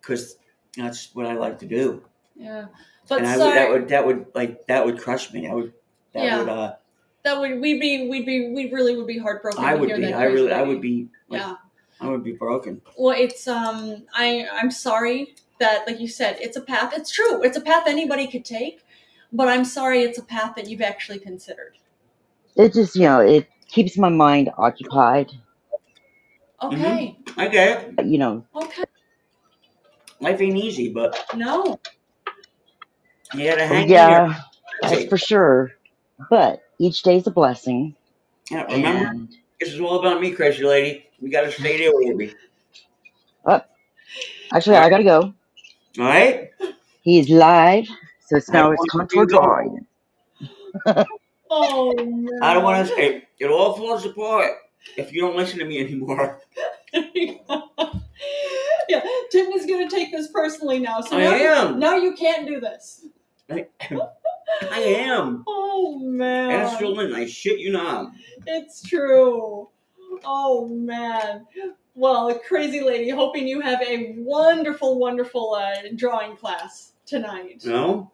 C: because that's what I like to do.
B: Yeah. But
C: and I would,
B: sorry.
C: that would, that would like, that would crush me. I would, that
B: Yeah.
C: would, uh,
B: that would we'd be we'd be we really would be heartbroken
C: I
B: to
C: would
B: hear
C: be,
B: that
C: I really, I
B: tragedy.
C: would be, like,
B: yeah
C: I would be broken.
B: well it's um i i'm sorry that like you said it's a path it's true it's a path anybody could take but i'm sorry it's a path that you've actually considered
D: It just, you know, it keeps my mind occupied.
C: Mm-hmm.
B: okay
C: I get it.
D: You know,
B: okay
C: Life ain't easy, but
B: no
C: you gotta hang in there.
D: yeah, that's for sure. But each day's a blessing.
C: Yeah, remember,
D: And
C: this is all about me, crazy lady. You gotta stay there with me.
D: oh, actually, I gotta go.
C: All right?
D: He is live, so it's
C: I
D: now
C: don't
D: it's
C: want you
D: contour
C: to go.
D: drawing.
B: oh no
C: I don't want to. It, it all falls apart if you don't listen to me anymore.
B: yeah tim is going to take this personally now so
C: I
B: now,
C: am.
B: now you can't do this
C: I, I am.
B: oh man
C: Ask Lynn, I shit you not.
B: It's true. Oh man. Well, crazy lady, hoping you have a wonderful, wonderful uh, drawing class tonight.
C: No?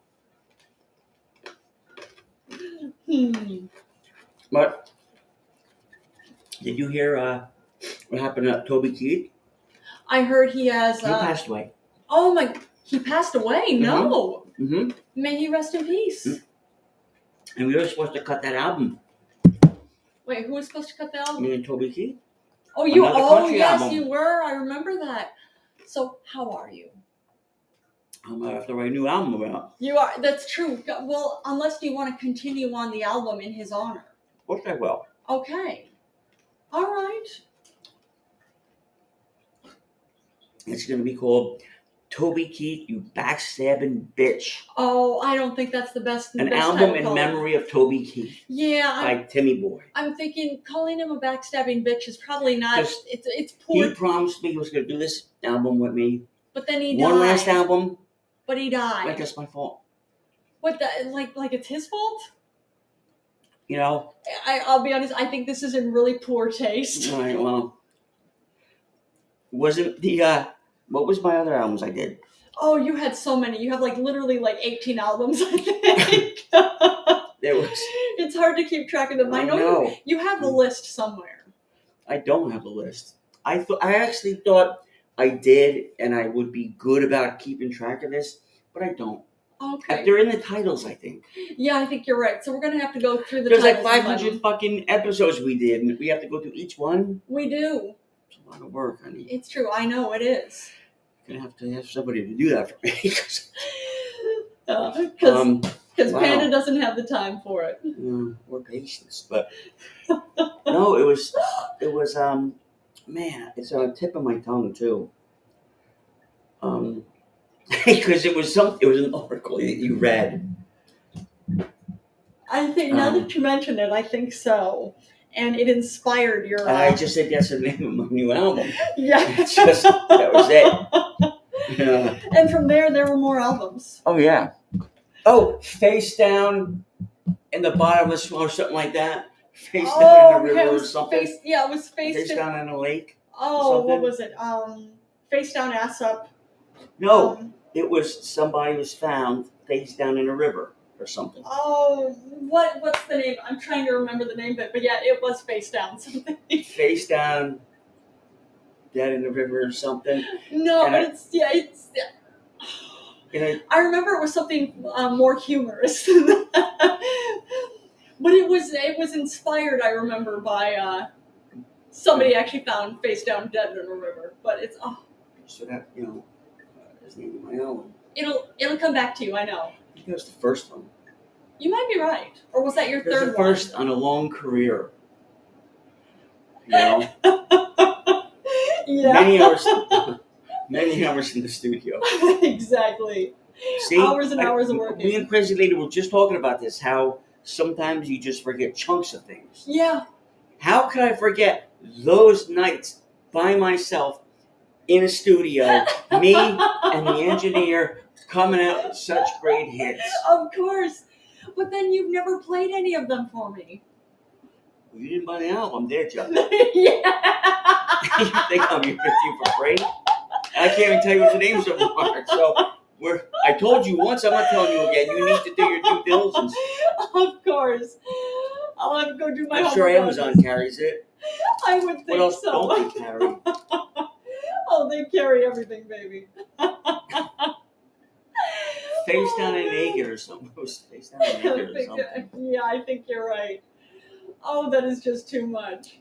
B: Hmm.
C: But did you hear uh, what happened to Toby Keith?
B: I heard he has.
C: He
B: Uh,
C: passed away.
B: oh my! He passed away. No.
C: hmm
B: May he rest in peace.
C: Mm. And we were supposed to cut that album,
B: Wait, who was supposed to cut the album?
C: me and Toby Keith.
B: Oh, you.
C: Mm. Another
B: Oh,
C: country
B: yes,
C: album.
B: you were. I remember that. So, how are you?
C: I'm going to have to write a new album about.
B: You are. That's true. Well, unless you want to continue on the album in his honor.
C: Of course I will.
B: Okay. All right.
C: It's going to be called Toby Keith, You Backstabbing Bitch.
B: Oh, I don't think that's the best.
C: An
B: best
C: album
B: title
C: in
B: call.
C: memory of Toby Keith
B: Yeah, I'm,
C: by Timmy Boy.
B: I'm thinking calling him a backstabbing bitch is probably not.
C: Just-
B: it's it's poor,
C: He promised me he was going to do this album with me.
B: but then he
C: One
B: died.
C: last album.
B: But he
C: Like,
B: died.
C: that's my fault.
B: what the like like it's his fault?
C: You know?
B: I I'll be honest. I think this is in really poor taste.
C: All right, well. Wasn't the, uh, what was my other albums I did?
B: Oh, you had so many. You have like literally like 18 albums. I think
C: There was,
B: it's hard to keep track of them.
C: Oh,
B: I know, You,
C: know.
B: you have a list somewhere.
C: I don't have a list. I thought, I actually thought I did and I would be good about keeping track of this, but I don't.
B: Okay.
C: They're in the titles, I think.
B: Yeah, I think you're right. So we're gonna have to go through the.
C: There's like
B: titles and find
C: 500 fucking episodes we did, and we have to go through each one.
B: them. We do.
C: It's a lot of work, honey.
B: It's true. I know it is.
C: gonna have to have somebody to do that for me. 'cause,
B: Because
C: um, wow.
B: Uh, Panda doesn't have the time for it.
C: you know, more patience, but no, it was, it was, um, man, it's on the tip of my tongue too. Um, because it was some, it was an article that you read.
B: I think now
C: Um,
B: that you mention it, I think so. And it inspired your. uh,
C: And I just said that's the name of my new album.
B: yeah.
C: It's just that was it. You know?
B: And from there, there were more albums.
C: Oh yeah. Oh, face down in the bottom of the swamp or something like that. Face down in the
B: Oh, okay, it
C: river or
B: was
C: something.
B: Face, yeah, it was face.
C: face
B: down.
C: down in a lake.
B: oh, what
C: something.
B: was it? Um, face down, ass up.
C: No,
B: Um,
C: it was somebody was found face down in a river or something.
B: oh, what what's the name? I'm trying to remember the name of it, but yeah, it was face down. Something.
C: Face down, dead in the river or something.
B: no,
C: And
B: but
C: I-
B: it's yeah, it's
C: You know,
B: I remember it was something uh, more humorous, than that. but it was it was inspired. I remember by uh, somebody actually found face down dead in a river. But it's oh,
C: so that you know, uh, his name of my album.
B: it'll it'll come back to you. I know.
C: I think that was the first one.
B: You might be right, or was that your
C: It was
B: third
C: the first on a long career. You know,
B: one? Yeah,
C: many hours, many hours in the studio.
B: exactly.
C: See,
B: Hours and
C: I-
B: hours of
C: Me
B: working.
C: and Crazy Lady were just talking about this. How sometimes you just forget chunks of things.
B: Yeah,
C: How could I forget those nights by myself in a studio, me and the engineer coming out with such great hits.
B: Of course. But then you've never played any of them for me.
C: You didn't buy the album, did you? you
B: yeah.
C: think I'm here with you for free? I can't even tell you what the names of them are. So we're, I told you once, I'm not telling you again. You need to do your due diligence.
B: Of course. I'll have to go do my
C: I'm sure
B: homework.
C: Amazon carries it.
B: I would think
C: What else
B: so.
C: don't they carry?
B: oh, they carry everything, baby.
C: Face down and naked or something. Face down and naked or
B: Oh, think
C: something.
B: that- yeah, I think you're right. Oh, that is just too much.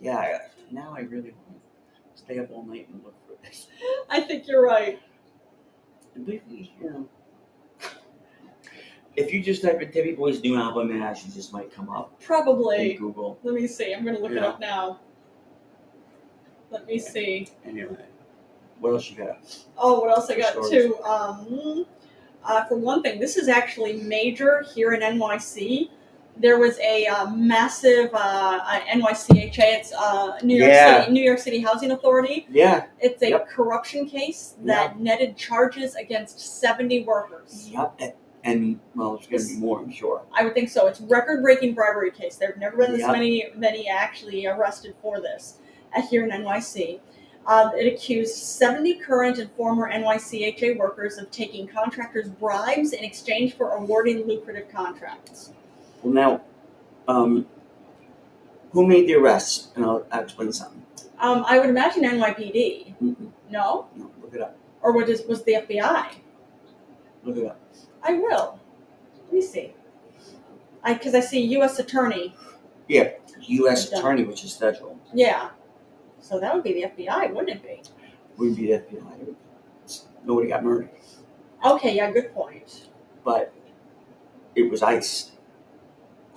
C: Yeah, I- now I really want to stay up all night and look for this.
B: I think you're right.
C: But, you know, if you just type in Debbie Boy's new album in, actually just might come up in
B: Probably.
C: Google.
B: Let me see. I'm going to look it
C: Yeah.
B: up now. Let me see.
C: Anyway, what else you got?
B: Oh, what else I
C: Good
B: got
C: stories.
B: too? Um, uh, for one thing, this is actually major here in NYC. There was a uh, massive uh, uh, NYCHA. It's uh, New York
C: Yeah.
B: City, New York City Housing Authority.
C: Yeah.
B: It's a
C: Yep.
B: corruption case that netted charges against 70 workers.
C: Yup. And, well, there's going to be more, I'm sure.
B: I would think so. It's record-breaking bribery case. There have never been this
C: Yep.
B: many many actually arrested for this uh, here in NYC. Um, it accused 70 current and former NYCHA workers of taking contractors bribes in exchange for awarding lucrative contracts.
C: Well, now, um, who made the arrests? And I'll, I'll explain something.
B: Um, I would imagine NYPD.
C: Mm-mm.
B: No,
C: No, look it up.
B: or what is was the FBI?
C: Look it up.
B: I will. Let me see. I because I see U.S. attorney.
C: U.S.
B: Done.
C: Attorney, which is federal,
B: Yeah. So that would be the FBI, wouldn't it be?
C: would be the FBI. Nobody got murdered,
B: Okay, yeah, good point.
C: but it was ICE.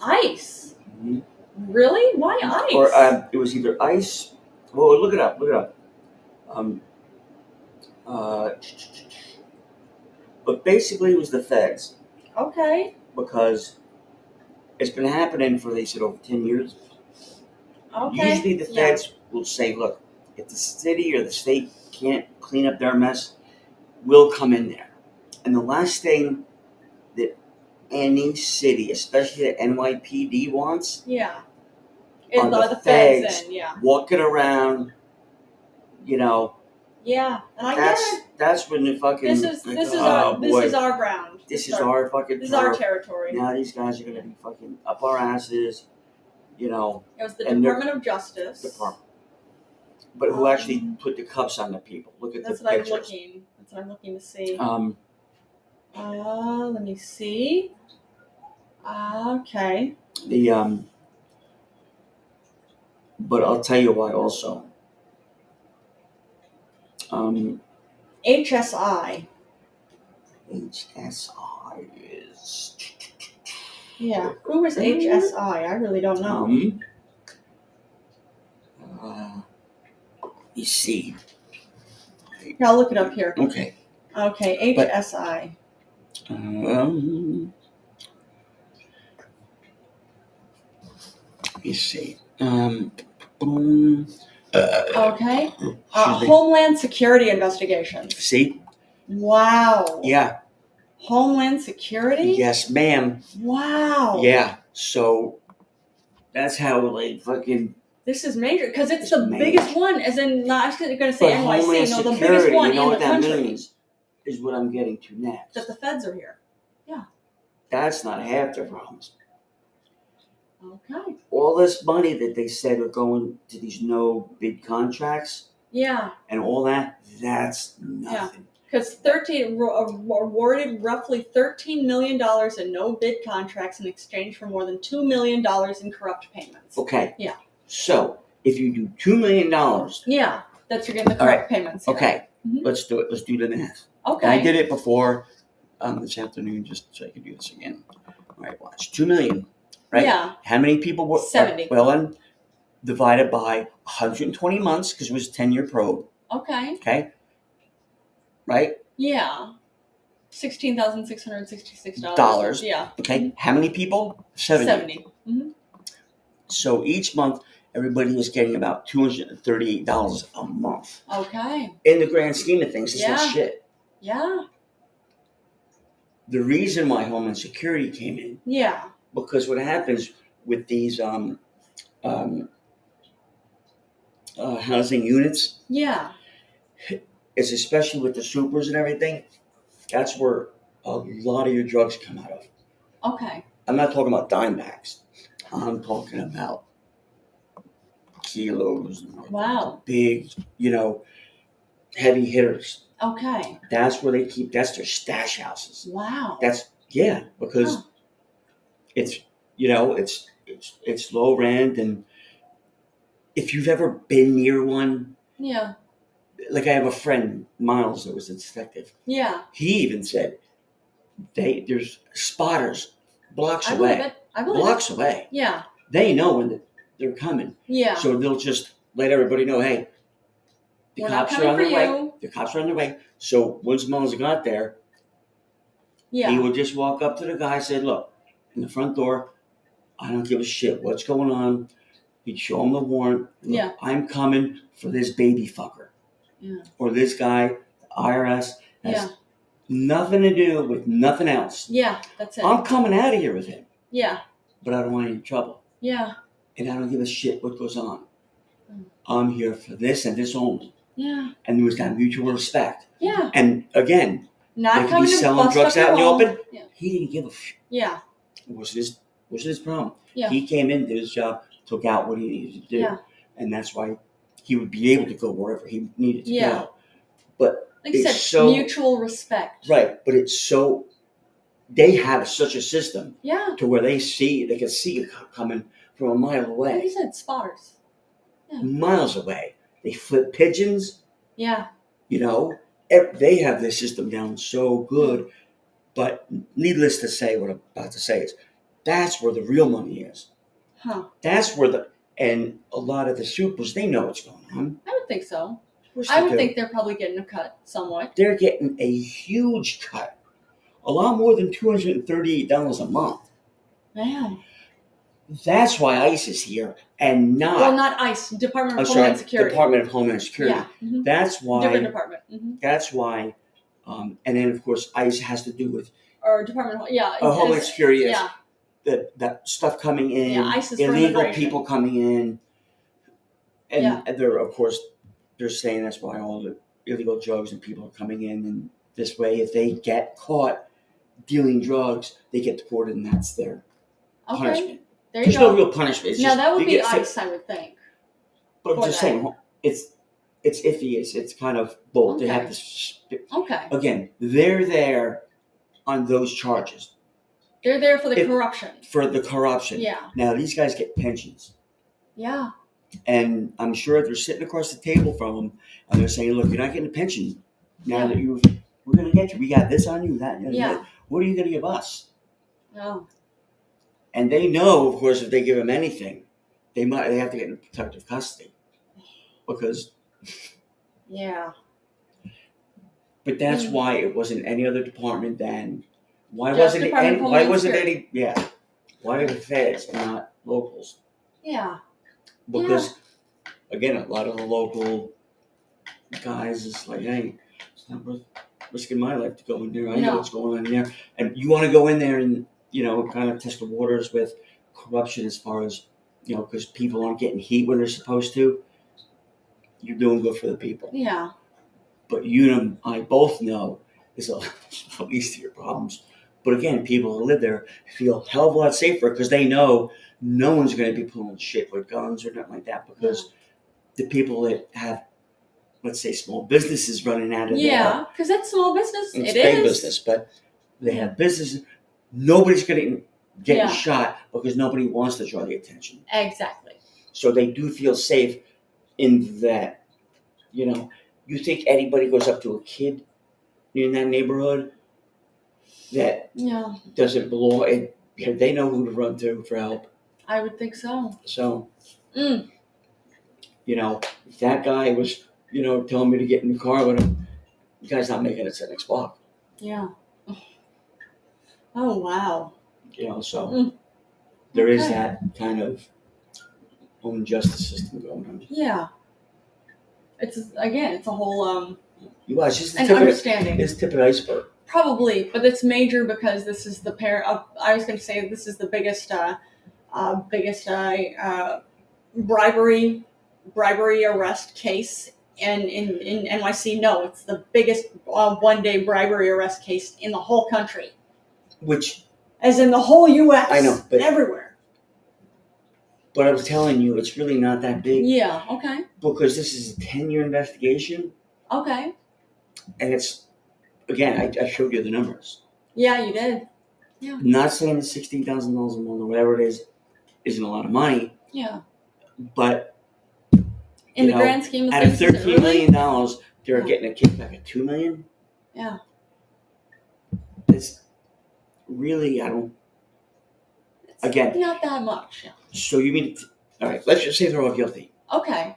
B: Ice.
C: Mhm.
B: Really? Why ice?
C: Or um, it was either ICE. Well, look it up. Look it up. Um, uh, but basically, it was the feds
B: okay.
C: because it's been happening for they said over ten years.
B: Okay.
C: Usually, the
B: yeah.
C: feds will say, "Look, if the city or the state can't clean up their mess, we'll come in there." And the last thing that any city, especially the NYPD, wants
B: Yeah. It's
C: On
B: the,
C: the
B: the feds,
C: feds.
B: in, yeah.
C: walking around. You know,
B: Yeah. And I get
C: that's
B: it.
C: that's when the fucking
B: This is
C: like,
B: this is
C: oh,
B: our
C: boy,
B: this is our ground.
C: this is our fucking
B: this is our
C: turf.
B: territory.
C: Now these guys are gonna be fucking up our asses. You know,
B: It was the
C: And they're-
B: Department of Justice.
C: department. But who actually
B: Um,
C: put the cuffs on the people? Look at
B: That's
C: the
B: what I'm
C: pictures.
B: looking. That's what I'm looking to see.
C: Um,
B: Uh, let me see. Uh, okay.
C: the um, but I'll tell you why also. Um,
B: HSI.
C: HSI is
B: Yeah. Who was HSI? I really don't know.
C: Mm-hmm. um. Uh, you see,
B: Yeah, I'll look it up here.
C: okay.
B: Okay,
C: But-
B: HSI.
C: Um, you see, um, boom.
B: Okay. Uh,
C: Excuse me.
B: Homeland Security Investigations.
C: See,
B: Wow.
C: yeah,
B: Homeland Security?
C: yes, ma'am,
B: Wow.
C: yeah. So that's how they fucking
B: This is major because it's
C: It's
B: the
C: major.
B: biggest one, as in, not, I was going to say NYC,
C: But
B: no,
C: Homeland
B: the biggest
C: Security,
B: one
C: you know
B: in
C: what
B: the
C: that
B: country.
C: means, is what I'm getting to next.
B: That the feds are here.
C: That's not half the problem.
B: Okay.
C: All this money that they said are going to these no bid contracts
B: Yeah,
C: and all that, that's nothing.
B: because 13 ro- awarded roughly $13 million in no bid contracts in exchange for more than $2 million in corrupt payments.
C: Okay.
B: Yeah.
C: So if you do two million dollars,
B: Yeah, that's you're getting the
C: All right.
B: correct payments. here.
C: okay,
B: Mhm.
C: let's do it. Let's do the math.
B: Okay.
C: And I did it before um, this afternoon just so I could do this again. All right, watch. Two million, right?
B: Yeah.
C: How many people were? uh,
B: 70.
C: Well, then divided by 120 months because it was a 10 year probe,
B: Okay.
C: okay? Right?
B: Yeah. Sixteen thousand six hundred sixty-six dollars.
C: Dollars.
B: Yeah.
C: Okay. How many people? 70.
B: 70 Mm-hmm.
C: So each month, everybody was getting about $238 a month.
B: Okay.
C: In the grand scheme of things, it's not
B: Yeah.
C: shit.
B: Yeah.
C: the reason why Homeland Security came in
B: Yeah.
C: because what happens with these um, um, uh, housing units
B: Yeah.
C: is especially with the supers and everything. That's where a lot of your drugs come out of.
B: Okay.
C: I'm not talking about dime bags. I'm talking about kilos,
B: Wow.
C: big, you know, heavy hitters.
B: Okay.
C: That's where they keep. That's their stash houses.
B: Wow.
C: That's yeah, because
B: Huh.
C: it's you know it's it's it's low rent, and if you've ever been near one,
B: Yeah.
C: like I have a friend Miles that was a detective.
B: Yeah.
C: He even said they there's spotters blocks
B: I believe
C: away,
B: it. I believe it.
C: blocks away.
B: Yeah.
C: They know when they're coming,
B: Yeah.
C: so they'll just let everybody know, hey, the
B: We're not
C: cops are on
B: coming for
C: their way.
B: you.
C: The cops are on their way. So once Mullins got there, he
B: Yeah.
C: would just walk up to the guy, said, Look, in the front door, I don't give a shit what's going on. He'd show him the warrant. "Look,
B: Yeah.
C: I'm coming for this baby fucker.
B: Yeah.
C: Or this guy, the IRS, has
B: Yeah.
C: nothing to do with nothing else.
B: Yeah. That's it.
C: I'm coming out of here with him,
B: Yeah.
C: but I don't want any trouble.
B: Yeah.
C: And I don't give a shit what goes on.
B: Mm.
C: I'm here for this and this only.
B: Yeah.
C: And there was that mutual respect.
B: Yeah.
C: And again, They
B: Not
C: could
B: coming
C: be
B: to
C: selling
B: bust up
C: drugs
B: your
C: out in the
B: home.
C: open.
B: Yeah.
C: he didn't give a f-
B: Yeah.
C: was his was his problem.
B: Yeah.
C: He came in, did his job, took out what he needed to do,
B: Yeah.
C: and that's why he would be able to go wherever he needed to
B: Yeah.
C: go. But
B: Like you
C: It's
B: said,
C: so-
B: mutual respect.
C: right, but it's so they have such a system
B: Yeah.
C: to where they see they can see a cop coming from a mile
B: Like you
C: away,
B: said, spotters.
C: miles away. They flip pigeons,
B: Yeah.
C: you know. Ev- They have this system down so good, but needless to say, what I'm about to say is that's where the real money is.
B: Huh.
C: That's where the and a lot of the supers they know what's going on.
B: I would think so.
C: Of course
B: I
C: they
B: would
C: do.
B: think they're probably getting a cut somewhat.
C: they're getting a huge cut, a lot more than two hundred and thirty-eight dollars a month.
B: Man.
C: That's why ICE is here and not,
B: Well, not ICE, Department
C: I'm
B: of
C: sorry,
B: Homeland Security.
C: Department of Homeland Security.
B: Yeah. mhm.
C: That's
B: Different
C: why.
B: department. hmm
C: That's why. Um, and then of course ICE has to do with
B: Or Department of, yeah.
C: uh,
B: it
C: Homeland
B: is-
C: Security. Is
B: Yeah.
C: the, that stuff coming in,
B: Yeah, ICE is for
C: illegal
B: immigration.
C: people coming in, and
B: Yeah.
C: they're of course they're saying that's why all the illegal drugs and people are coming in, and this way, if they get caught dealing drugs, they get deported, and that's their
B: Okay.
C: punishment.
B: There you
C: There's no
B: go.
C: real punishment. It's
B: Now,
C: just,
B: that
C: you
B: would be
C: get fi-
B: ICE, I would think.
C: But I'm
B: for
C: just
B: that.
C: saying, it's it's iffy. It's it's kind of both. They have
B: Okay.
C: this sp-
B: Okay.
C: again. They're there on those charges
B: They're there for the
C: If-
B: corruption.
C: for the corruption.
B: Yeah.
C: Now these guys get pensions.
B: Yeah.
C: And I'm sure they're sitting across the table from them and they're saying, look, you're not getting a pension now
B: Yeah.
C: that you we're going to get you. We got this on you, that, and
B: Yeah.
C: that. What are you going to give us?
B: Oh.
C: And they know, of course, if they give them anything, they might they have to get in protective custody because.
B: Yeah.
C: But that's
B: Mm.
C: why it wasn't any other department than why
B: Just
C: wasn't it
B: Department of
C: any, why
B: Homeland
C: wasn't any yeah why are the feds not locals
B: Yeah.
C: because again a lot of the local guys is like hey it's not worth risking my life to go in there i know
B: No.
C: what's going on in there and you want to go in there and you know kind of test the waters with corruption as far as you know because people aren't getting heat when they're supposed to you're doing good for the people
B: Yeah.
C: but you and i both know is a least of your problems but again people who live there feel a hell of a lot safer because they know no one's going to be pulling shit with guns or nothing like that because the people that have, let's say, small businesses running out of
B: Yeah. Because that's small business.
C: there. It's
B: It
C: big
B: is.
C: business, but they have businesses. Nobody's getting getting
B: Yeah.
C: shot because nobody wants to draw the attention.
B: Exactly.
C: So they do feel safe in that. You know, you think anybody goes up to a kid in that neighborhood that
B: Yeah.
C: doesn't belong? And yeah, they know who to run to for help.
B: I would think so.
C: So
B: Mm.
C: you know, if that guy was you know telling me to get in the car with him. The guy's not making it to the next block.
B: Yeah. Oh, wow.
C: you know so
B: Mm.
C: there is
B: Okay.
C: that kind of own justice system going on
B: Yeah. It's, again, it's a whole, um,
C: you watch it's the
B: an
C: tip of,
B: understanding.
C: it's the tip of the iceberg
B: probably, but it's major because this is the pair. Of, I was going to say this is the biggest, uh, uh, biggest uh, uh, bribery, bribery arrest case in, in in NYC. No, it's the biggest uh, one day bribery arrest case in the whole country,
C: Which,
B: as in the whole U.S.
C: I know, but-
B: everywhere.
C: but I was telling you, it's really not that big
B: Yeah. Okay.
C: because this is a 10 year investigation.
B: Okay.
C: And it's, again, I, I showed you the numbers.
B: Yeah, you did.
C: I'm not saying that $16,000 a month or whatever it is isn't a lot of money,
B: Yeah.
C: but
B: In
C: You
B: the
C: know,
B: grand scheme of
C: out of
B: things, is it
C: $13
B: really?
C: million, dollars, they're
B: Yeah.
C: getting a kickback of $2 million.
B: Yeah.
C: That's really, I don't,
B: It's
C: Again.
B: not that much. Yeah.
C: so you mean, all right, let's just say they're all guilty.
B: Okay.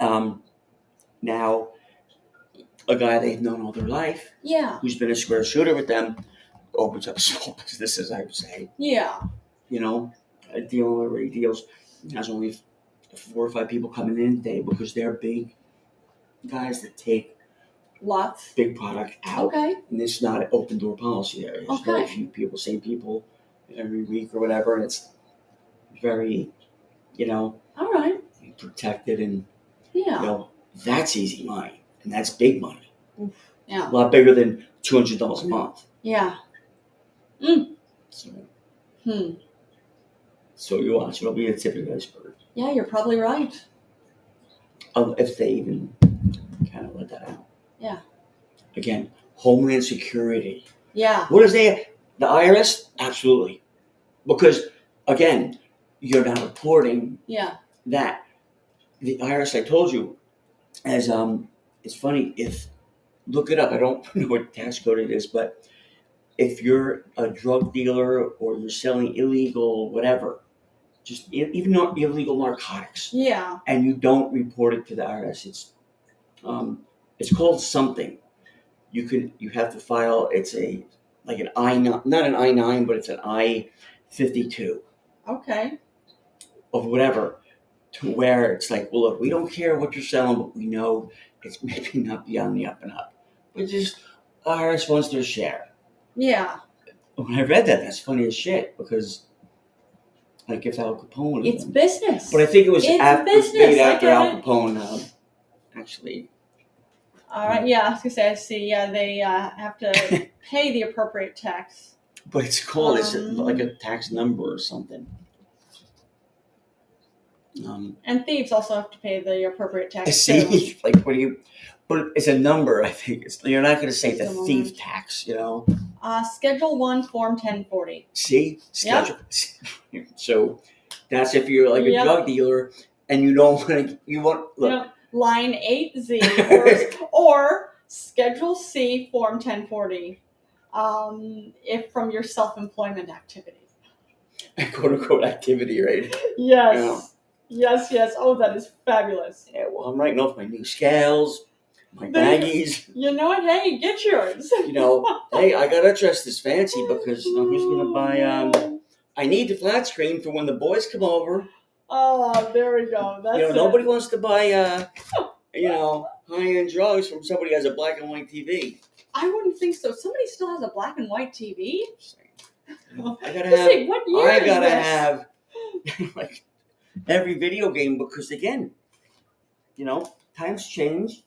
C: Um, now, a guy they've known all their life,
B: Yeah.
C: who's been a square shooter with them, opens up small businesses, I would say.
B: Yeah.
C: You know, a dealer where he deals has only f- four or five people coming in a day because they're big guys that take
B: Lots.
C: big product out.
B: Okay.
C: And it's not an open door policy there. There's very
B: Okay.
C: few people, same people every week or whatever. And it's very, you know,
B: All right.
C: protected and, you
B: Yeah.
C: know, that's easy money. And that's big money.
B: Yeah.
C: a lot bigger than two hundred dollars a month.
B: Yeah.
C: So,
B: Hmm.
C: so you watch, it'll be a tip of the iceberg.
B: Yeah, you're probably right.
C: Um, if they even kind of let that out.
B: Yeah.
C: Again, Homeland Security.
B: Yeah.
C: What is they? The IRS, absolutely, because again, you're not reporting
B: Yeah.
C: that. The IRS, I told you, as um, it's funny if look it up. I don't know what tax code it is, but if you're a drug dealer or you're selling illegal whatever, just e- even not illegal narcotics,
B: Yeah.
C: and you don't report it to the IRS, it's um, it's called something. You could you have to file. It's a like an I nine, not an I nine, but it's an I fifty two
B: Okay.
C: of whatever. To where it's like, well, look, we don't care what you're selling, but we know it's maybe not beyond the up and up. But just IRS wants their share.
B: Yeah.
C: When I read that, that's funny as shit because, like, if Al Capone.
B: It's business.
C: but I think it was
B: it's
C: after,
B: business,
C: made
B: I
C: after
B: get
C: Al
B: it.
C: Capone, um, actually.
B: All right. Yeah. I was gonna say. I see. Yeah. They uh, have to pay the appropriate tax.
C: But it's called, it's
B: Um.
C: like a tax number or something. Um,
B: And thieves also have to pay the appropriate tax. too.
C: I see, like, what do you. But it's a number, I think. It's, you're not going to say the
B: Just a
C: thief
B: moment.
C: tax, you know?
B: Uh, Schedule One, Form 1040.
C: See?
B: Yep.
C: Schedule. So that's if you're like a
B: Yep.
C: drug dealer and you don't want to, you want, look.
B: Yep. Line 8Z or, or Schedule C, Form 1040, um, if from your self employment activity.
C: quote unquote activity, right?
B: Yes. Yes, yes. Oh, that is fabulous.
C: Yeah, well, I'm writing off my new scales, my
B: There you
C: baggies.
B: You know what? Hey, get yours.
C: You know, hey, I gotta dress this fancy because you know who's gonna buy? Um,
B: Oh,
C: I need the flat screen for when the boys come over.
B: Oh, there we go. That's
C: you know,
B: it.
C: nobody wants to buy, uh, you know, high-end drugs from somebody who has a black and white TV.
B: I wouldn't think so. Somebody still has a black and white TV?
C: I gotta
B: Let's
C: have.
B: see, what year
C: I
B: is
C: gotta
B: this?
C: have like every video game because again, you know, times change.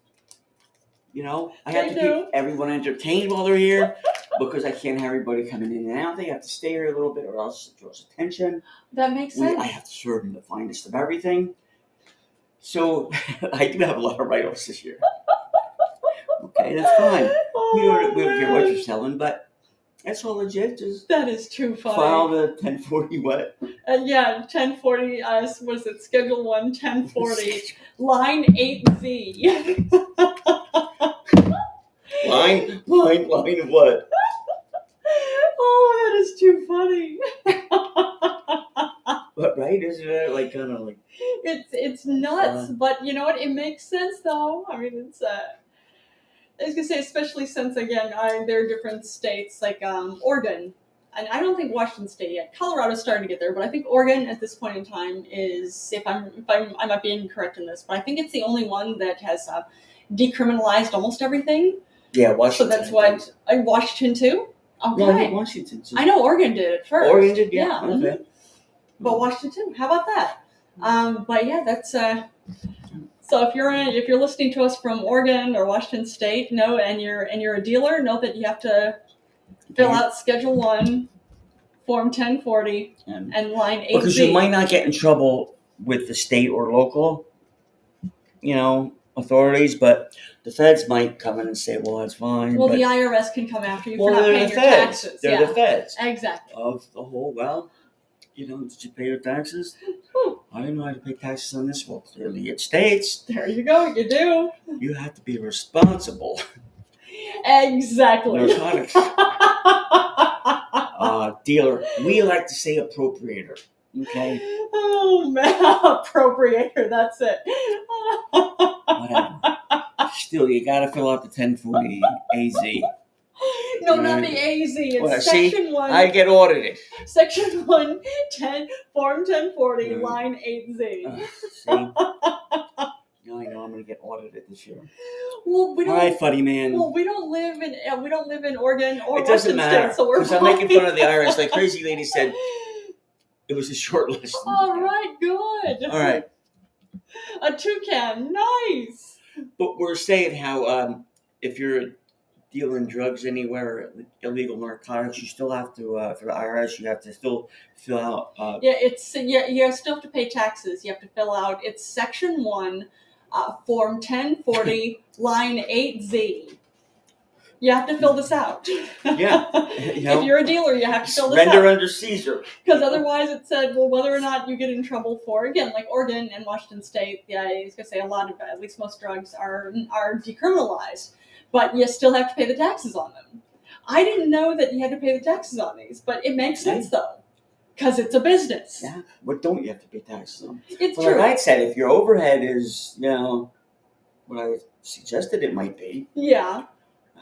C: You know, I have
B: They
C: to
B: do.
C: keep everyone entertained while they're here because I can't have everybody coming in and out. They have to stay here a little bit or else it draws attention.
B: That makes
C: We,
B: sense.
C: I have to serve them the finest of everything. So I do have a lot of write offs this year. Okay, that's fine.
B: Oh,
C: We don't, we don't care what you're selling, but that's all legit. Just
B: That is too funny.
C: file the 1040 what?
B: Uh, yeah, 1040, uh, was it Schedule 1, 1040, line 8Z.
C: line, line, line of what?
B: oh, that is too funny.
C: What, right? Isn't it uh, like kind of like,
B: It's it's nuts,
C: Uh.
B: but you know what? It makes sense though. I mean, it's uh, I was gonna say, especially since again, I, there are different states like um, Oregon, and I don't think Washington State yet. Colorado's starting to get there, but I think Oregon at this point in time is, if I'm if I'm I might be incorrect in this, but I think it's the only one that has uh, decriminalized almost everything.
C: Yeah, Washington.
B: So that's
C: I think.
B: what uh, Washington too.
C: No, I think
B: Okay,
C: Washington. too.
B: I know Oregon did it first.
C: Oregon did, yeah.
B: mhm.
C: Okay. Mm-hmm.
B: but Washington. How about that? Um, but yeah, that's uh, so. If you're in, if you're listening to us from Oregon or Washington State, know and you're and you're a dealer, know that you have to fill out Schedule One, Form 1040,
C: And-
B: and Line Eight
C: because you
B: Z.
C: might not get in trouble with the state or local, you know, authorities, but the feds might come in and say, "Well, that's fine."
B: Well,
C: but,
B: the IRS can come after you
C: well,
B: for not
C: they're
B: paying
C: the
B: your
C: feds.
B: taxes.
C: They're
B: yeah,
C: the feds
B: exactly.
C: of the whole. Well, you know, did you pay your taxes?
B: Hmm.
C: I didn't know how to pay taxes on this. Well, clearly it states
B: There you go. You do
C: you have to be responsible.
B: exactly.
C: Narcotics uh, dealer. We like to say appropriator. Okay,
B: Oh man, appropriator. That's it.
C: whatever. Still, you gotta fill out the 1040 AZ.
B: No, not
C: Right.
B: the AZ. It's
C: Well, see,
B: section one,
C: I get audited.
B: section one, ten, form ten forty,
C: Mm.
B: line eight Z.
C: Ugh, see, now I know I'm gonna get audited this year.
B: Well, we don't.
C: Hi, funny man.
B: Well, we don't live in uh, we don't live in Oregon or
C: it doesn't
B: Washington,
C: matter
B: so we're
C: because I'm making
B: fine.
C: fun of the IRS. Like crazy lady said, it was a short list.
B: All right, good.
C: All right,
B: a toucan, nice.
C: but we're saying how um, if you're dealing drugs anywhere, illegal narcotics, you still have to uh, for the IRS. You have to still fill out. Uh,
B: Yeah, it's yeah. You still have to pay taxes. You have to fill out. It's section one, uh, form ten forty, line eight Z. You have to fill this out.
C: Yeah, you know.
B: if you're a dealer, you have to fill this
C: Render
B: out
C: under Caesar.
B: because otherwise, it said, well, whether or not you get in trouble for again, like Oregon and Washington State. Yeah, I was gonna say a lot of at least most drugs are are decriminalized, but you still have to pay the taxes on them. I didn't know that you had to pay the taxes on these, but it makes sense though, because it's a business.
C: Yeah. What don't you have to pay taxes on?
B: It's
C: Well,
B: true.
C: like I said, if your overhead is, you know, what I suggested it might be,
B: Yeah.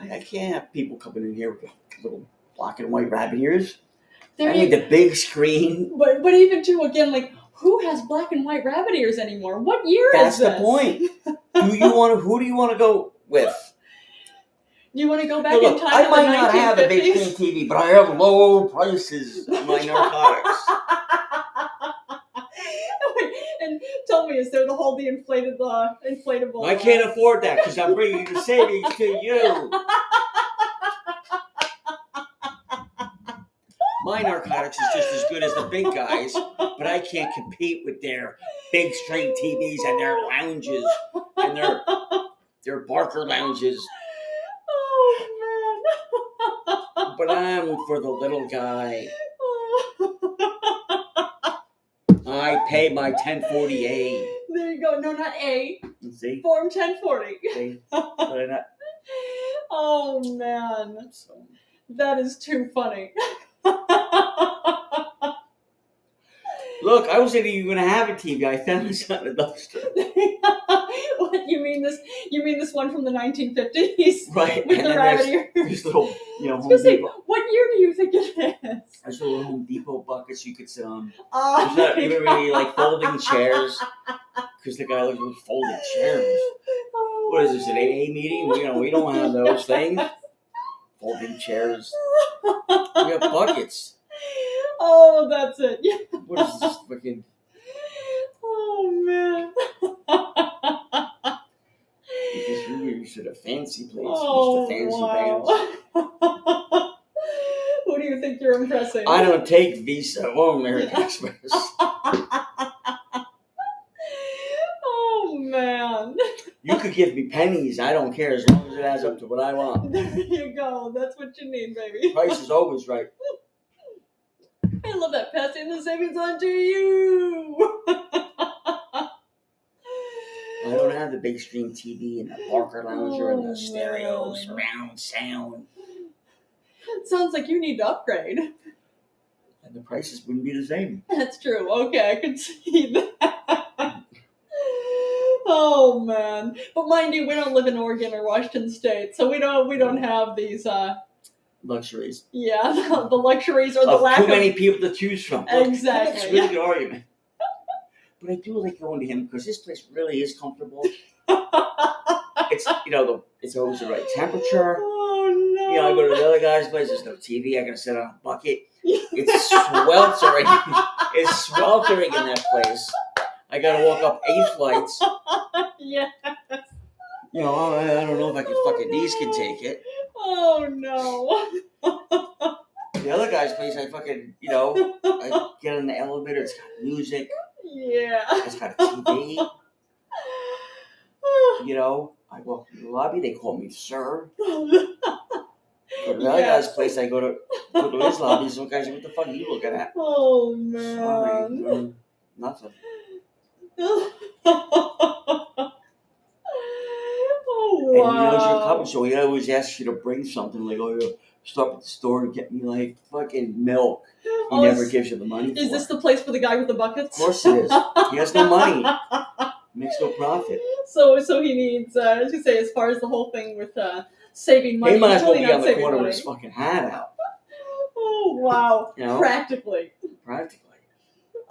C: I, I can't have people coming in here with little black and white rabbit ears.
B: There
C: I need
B: you,
C: the big screen.
B: but but even too again, like who has black and white rabbit ears anymore? What year
C: That's
B: is
C: the
B: this?
C: point. Do you want to? Who do you want to go with?
B: You want to go back
C: Now,
B: in
C: look,
B: time
C: I
B: to
C: might
B: the
C: not have a big
B: 1950s?
C: screen TV, but I have low prices on my narcotics.
B: and tell me, is there the whole the inflated the inflatable? uh,
C: I can't afford that because I'm bringing the savings to you. My narcotics is just as good as the big guys, but I can't compete with their big screen TVs and their lounges and their their Barker lounges.
B: Oh man.
C: But I'm for the little guy. I pay my 1048.
B: There you go. No, not A.
C: See?
B: Form 1040.
C: See? But I not-
B: Oh man,
C: so-
B: that is too funny.
C: Look, I wasn't even going to have a TV. I found this on a dumpster.
B: what you mean this? You mean this one from the 1950s
C: Right.
B: with
C: and
B: the
C: then
B: rabbit
C: there's,
B: ears?
C: there's little,
B: I
C: you know,
B: was gonna
C: Home
B: say,
C: Depot.
B: what year do you think it is?
C: There's little Home Depot buckets you could sit on.
B: Uh,
C: There's not even really like folding chairs because the guy looks with folding chairs.
B: Oh
C: What is this, an AA meeting? We- You know, we don't have those things. Folding chairs. We have buckets.
B: Oh, that's it. Yeah.
C: What is this fucking?
B: Oh man.
C: Because you were used to the fancy place,
B: Oh,
C: Mr. Fancy Pants.
B: wow. Who do you think you're impressing?
C: I don't take Visa or American Express.
B: Oh man.
C: You could give me pennies. I don't care as long as it adds up to what I want.
B: There you go. That's what you need, baby.
C: Price is always right.
B: I love that passing the savings on to you.
C: I don't have the big screen TV and the Barker lounger
B: Oh,
C: and the stereo surround sound.
B: Sounds like you need to upgrade.
C: And the prices wouldn't be the same.
B: That's true. Okay, I can see that. oh man. But mind you, we don't live in Oregon or Washington State, so we don't we don't have these uh
C: Luxuries.
B: yeah, the, luxuries or the
C: Of
B: lack
C: too
B: of
C: many people to choose from. Look, That's
B: Exactly.
C: really good argument. But I do like going to him because this place really is comfortable. it's you know the, it's always the right temperature.
B: Oh no.
C: You know, I go to the other guy's place. There's no TV. I gotta sit on a bucket. It's sweltering. It's sweltering in that place. I gotta walk up eight flights.
B: yeah.
C: You know, I, I don't know if I can fucking knees can take it.
B: Oh no.
C: The other guy's place, I fucking you know, I get in the elevator. It's got music.
B: Yeah.
C: It's got a TV. You know, I walk in the lobby. They call me sir.
B: Oh,
C: Go to the other
B: Yes.
C: guy's place. I go to go to his lobby. Some guys, what the fuck are you looking at?
B: Oh
C: Sorry,
B: man.
C: no, nothing.
B: oh
C: And he knows you're
B: wow.
C: coming, so he always asks you to bring something. Like, oh, yeah, stop at the store and get me like fucking milk. He
B: Oh,
C: never
B: is-
C: gives you the money.
B: Is
C: for
B: this
C: it.
B: the place for the guy with the buckets?
C: Of course it is. He has no money. Makes no profit.
B: So, so he needs. Uh, I was gonna say, as far as the whole thing with uh, saving money,
C: he might
B: he's
C: as well
B: really
C: be
B: not
C: on the
B: saving
C: corner
B: money.
C: with his fucking hat out,
B: Oh wow!
C: You know?
B: Practically.
C: practically.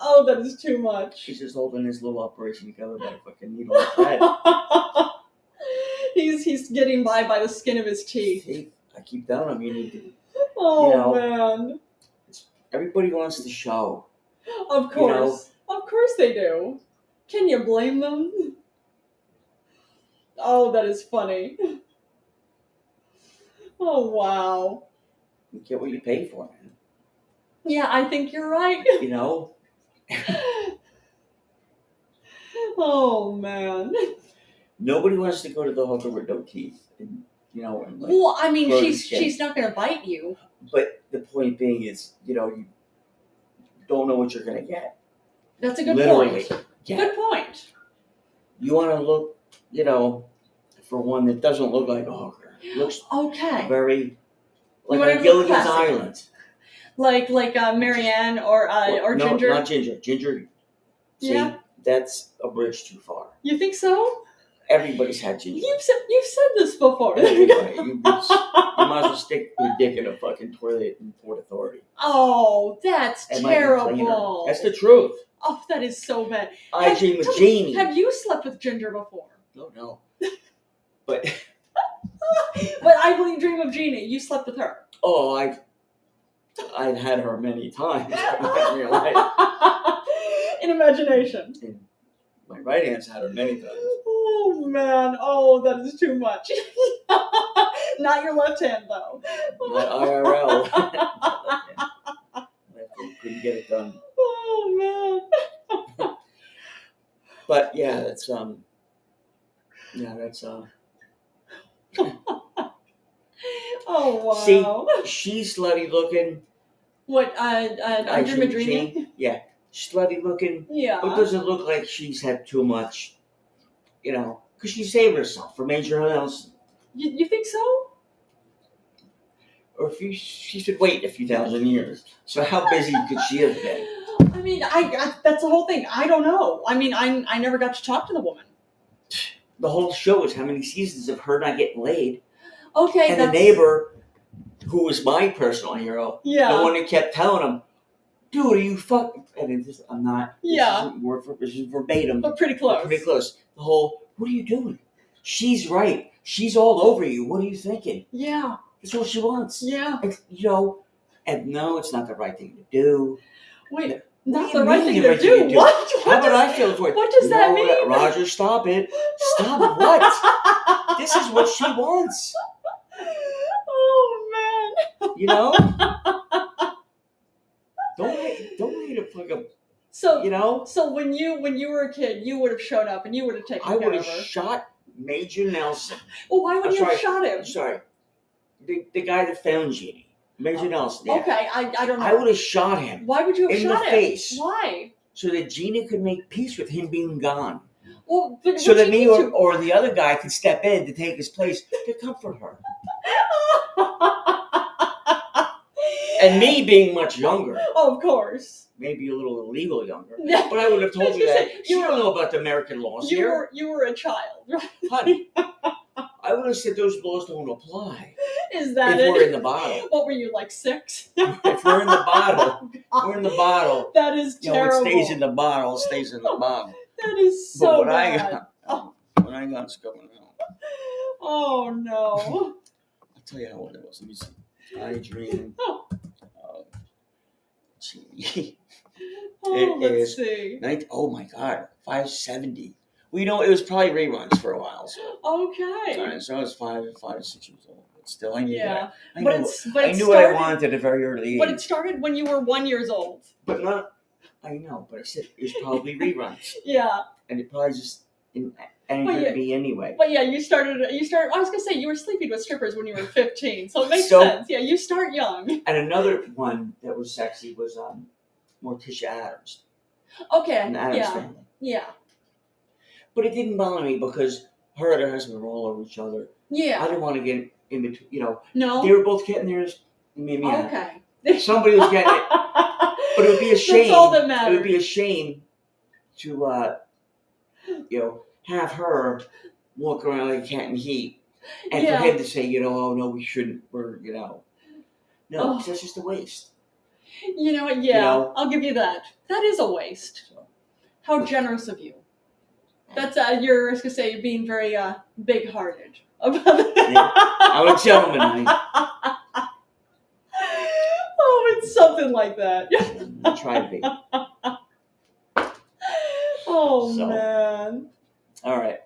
B: Oh, that is too much.
C: He's just holding his little operation together by a fucking needle and thread.
B: he's he's getting by by the skin of his teeth.
C: See, I keep telling him, you need to.
B: Oh
C: You know,
B: man!
C: Everybody wants the show.
B: Of course, of course they do. Can you blame them? Oh, that is funny. Oh wow!
C: You get what you pay for, man.
B: Yeah, I think you're right.
C: You know?
B: Oh man.
C: Nobody wants to go to the hooker with no teeth. And, you know, and like.
B: Well, I mean,
C: Throw
B: she's
C: the shit.
B: she's not gonna bite you.
C: But the point being is, you know, you don't know what you're gonna get.
B: That's a good
C: Literally.
B: point.
C: Yeah.
B: Good point.
C: You want to look, you know, for one that doesn't look like a hooker. Looks
B: Okay,
C: very like
B: wanna
C: on
B: look
C: Gilligan's
B: classy.
C: Island.
B: like like uh, Marianne or uh,
C: Well,
B: or
C: no,
B: Ginger.
C: not Ginger. Ginger. See,
B: Yeah.
C: that's a bridge too far.
B: You think so?
C: Everybody's had Ginger.
B: You've said you've said this before.
C: Everybody. You, you might as well stick your dick in a fucking toilet in Port Authority.
B: oh, that's
C: It might be cleaner.
B: terrible.
C: That's the truth.
B: oh, that is so bad.
C: I
B: Have-
C: dream of
B: tell me,
C: Jeannie.
B: Have you slept with Ginger before?
C: No, no. But
B: But I believe Dream of Jeannie. You slept with her.
C: Oh, I've I've had her many times in real life.
B: In imagination.
C: And my right hand's had her many times.
B: Oh man, oh that is too much. Not your left hand though.
C: Not IRL. I couldn't get it done.
B: Oh man.
C: But yeah, that's um yeah, that's uh
B: Oh wow.
C: See? she's slutty looking.
B: What uh uh
C: I
B: Andrew
C: dream of
B: Madrini?
C: Jeannie. Yeah. Slutty looking,
B: Yeah.
C: but doesn't look like she's had too much, you know, because she saved herself from Major Nelson.
B: You, you think so?
C: Or if you, she should wait a few thousand years. So how busy could she have been?
B: I mean, I, I that's the whole thing. I don't know. I mean, I I never got to talk to the woman.
C: the whole show is how many seasons of her not getting laid
B: Okay,
C: and the
B: that's
C: neighbor who was my personal hero
B: Yeah.
C: the one who kept telling him dude are you fuck and it just, i'm not this
B: Yeah.
C: isn't word for, this is verbatim
B: but pretty close.
C: pretty close the whole what are you doing she's right she's all over you what are you thinking
B: Yeah.
C: that's all she wants
B: Yeah.
C: It's- you know and no it's not the right thing to do
B: Wait. That's
C: What do
B: the
C: you
B: right
C: mean
B: thing
C: the
B: to
C: right thing
B: do.
C: to do?
B: What? What
C: how would
B: does-
C: i feel for it
B: what does that
C: No,
B: mean?
C: roger stop it stop what this is what she wants
B: oh man.
C: You know? don't wait, don't wait to fuck up.
B: So
C: You know?
B: so when you when you were a kid, you would have shown up and you would have taken
C: I
B: care
C: would
B: of
C: have
B: her.
C: shot Major Nelson.
B: well, why would
C: I'm
B: you have shot him?
C: I'm sorry. The, the guy that found Jeannie. Major Nelson. Yeah.
B: Oh, Okay, I, I don't know.
C: I would have shot him
B: why would you have
C: in the
B: shot him?
C: face.
B: Why?
C: so that Gina could make peace with him being gone.
B: Well, but
C: So
B: would
C: that
B: you
C: me
B: need
C: or,
B: to-
C: or the other guy could step in to take his place to comfort her. And me being much younger,
B: Oh, of course.
C: maybe a little illegal younger,
B: you
C: but I would have told you that.
B: You
C: You
B: were-
C: don't know about the American laws here.
B: were you were a child. right?
C: Honey, I would have said those laws don't apply
B: Is that
C: if
B: it?
C: we're in the bottle.
B: what were you like six?
C: If we're in the bottle, we're in the bottle.
B: that is
C: You know, it
B: terrible.
C: stays in the bottle, it stays in the bottle.
B: that is
C: but
B: so
C: what
B: bad.
C: I got,
B: Oh.
C: what when I got discovered. No.
B: Oh no.
C: I'll tell you how old I was. Let me see. Adrian.
B: Oh,
C: Uh, gee, It
B: Oh, let's
C: is-
B: see.
C: ninth, oh my God, 570. Well, you know, it was probably reruns for a while. So, all
B: Okay.
C: right, so I was five, five, six years old. But still, I knew
B: Yeah.
C: that. I
B: But
C: knew,
B: it's but
C: I
B: it
C: knew what I
B: started
C: wanted at a very early age.
B: but it started when you were one years old.
C: But not, I know, but I said it was probably reruns.
B: Yeah.
C: And it probably just didn't
B: Well,
C: angered
B: yeah.
C: me anyway.
B: But yeah, you started you started I was gonna say you were sleeping with strippers when you were fifteen, so it makes
C: So-
B: sense. Yeah, you start young.
C: And another one that was sexy was um, Morticia Adams,
B: Okay.
C: and the Adams
B: Yeah.
C: family.
B: Yeah.
C: But it didn't bother me because her and her husband were all over each other. I
B: Yeah.
C: didn't want to get in between, you know, they
B: No?
C: were both getting theirs. Maybe not.
B: Okay.
C: Somebody was getting it. But it would be a shame.
B: That's all that
C: It would be a
B: matters.
C: shame to, uh, you know, have her walk around like a cat in heat and
B: yeah.
C: for him to say, you know, oh no, we shouldn't, we're, you know, no,
B: Oh.
C: 'cause that's just a waste.
B: You know what? Yeah,
C: know?
B: I'll give you that. That is a waste.
C: So,
B: How generous of you. That's uh, you're I was gonna say you're being very uh, big-hearted about
C: Yeah. I'm a gentleman. I,
B: oh, it's something like that.
C: I try to be.
B: Oh
C: So.
B: man.
C: All right,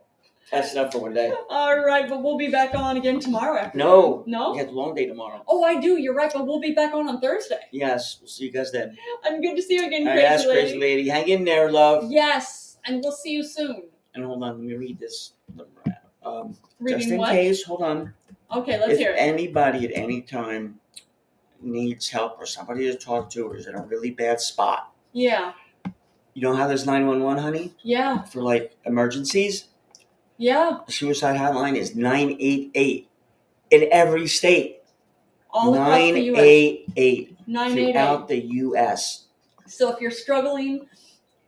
C: that's enough for one day.
B: All right, but we'll be back on again tomorrow. After
C: No.
B: No.
C: We have a long day tomorrow.
B: Oh, I do. You're right, but we'll be back on on Thursday.
C: Yes, we'll see you guys then.
B: I'm good to see you again,
C: All right,
B: crazy,
C: that's
B: lady.
C: crazy lady. Hang in there, love.
B: Yes, and we'll see you soon.
C: And hold on, let me read this. Um,
B: Reading
C: just in
B: what?
C: case, hold on.
B: Okay, let's
C: if
B: hear it.
C: anybody at any time needs help or somebody to talk to or is in a really bad spot,
B: Yeah.
C: you know how there's 911, honey,
B: Yeah.
C: for like emergencies?
B: Yeah.
C: suicide hotline is 988 in every state.
B: All across the U.S.
C: 988
B: Nine eight eight.
C: throughout the U.S.
B: So if you're struggling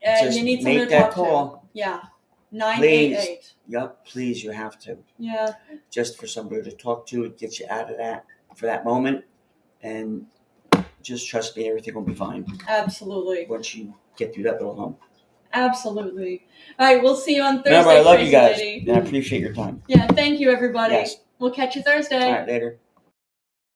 B: and
C: Just
B: you need someone
C: make
B: to
C: that
B: talk to,
C: call.
B: yeah, nine eight eight.
C: Yup, please, you have to.
B: Yeah,
C: Just for somebody to talk to, get you out of that for that moment. And just trust me, everything will be fine
B: absolutely,
C: once you get through that little hump.
B: absolutely. All right, we'll see you on Thursday.
C: Remember, I love you
B: Crazy
C: guys.
B: Lady.
C: And I appreciate your time.
B: Yeah, thank you, everybody.
C: Yes.
B: We'll catch you Thursday.
C: All right, later.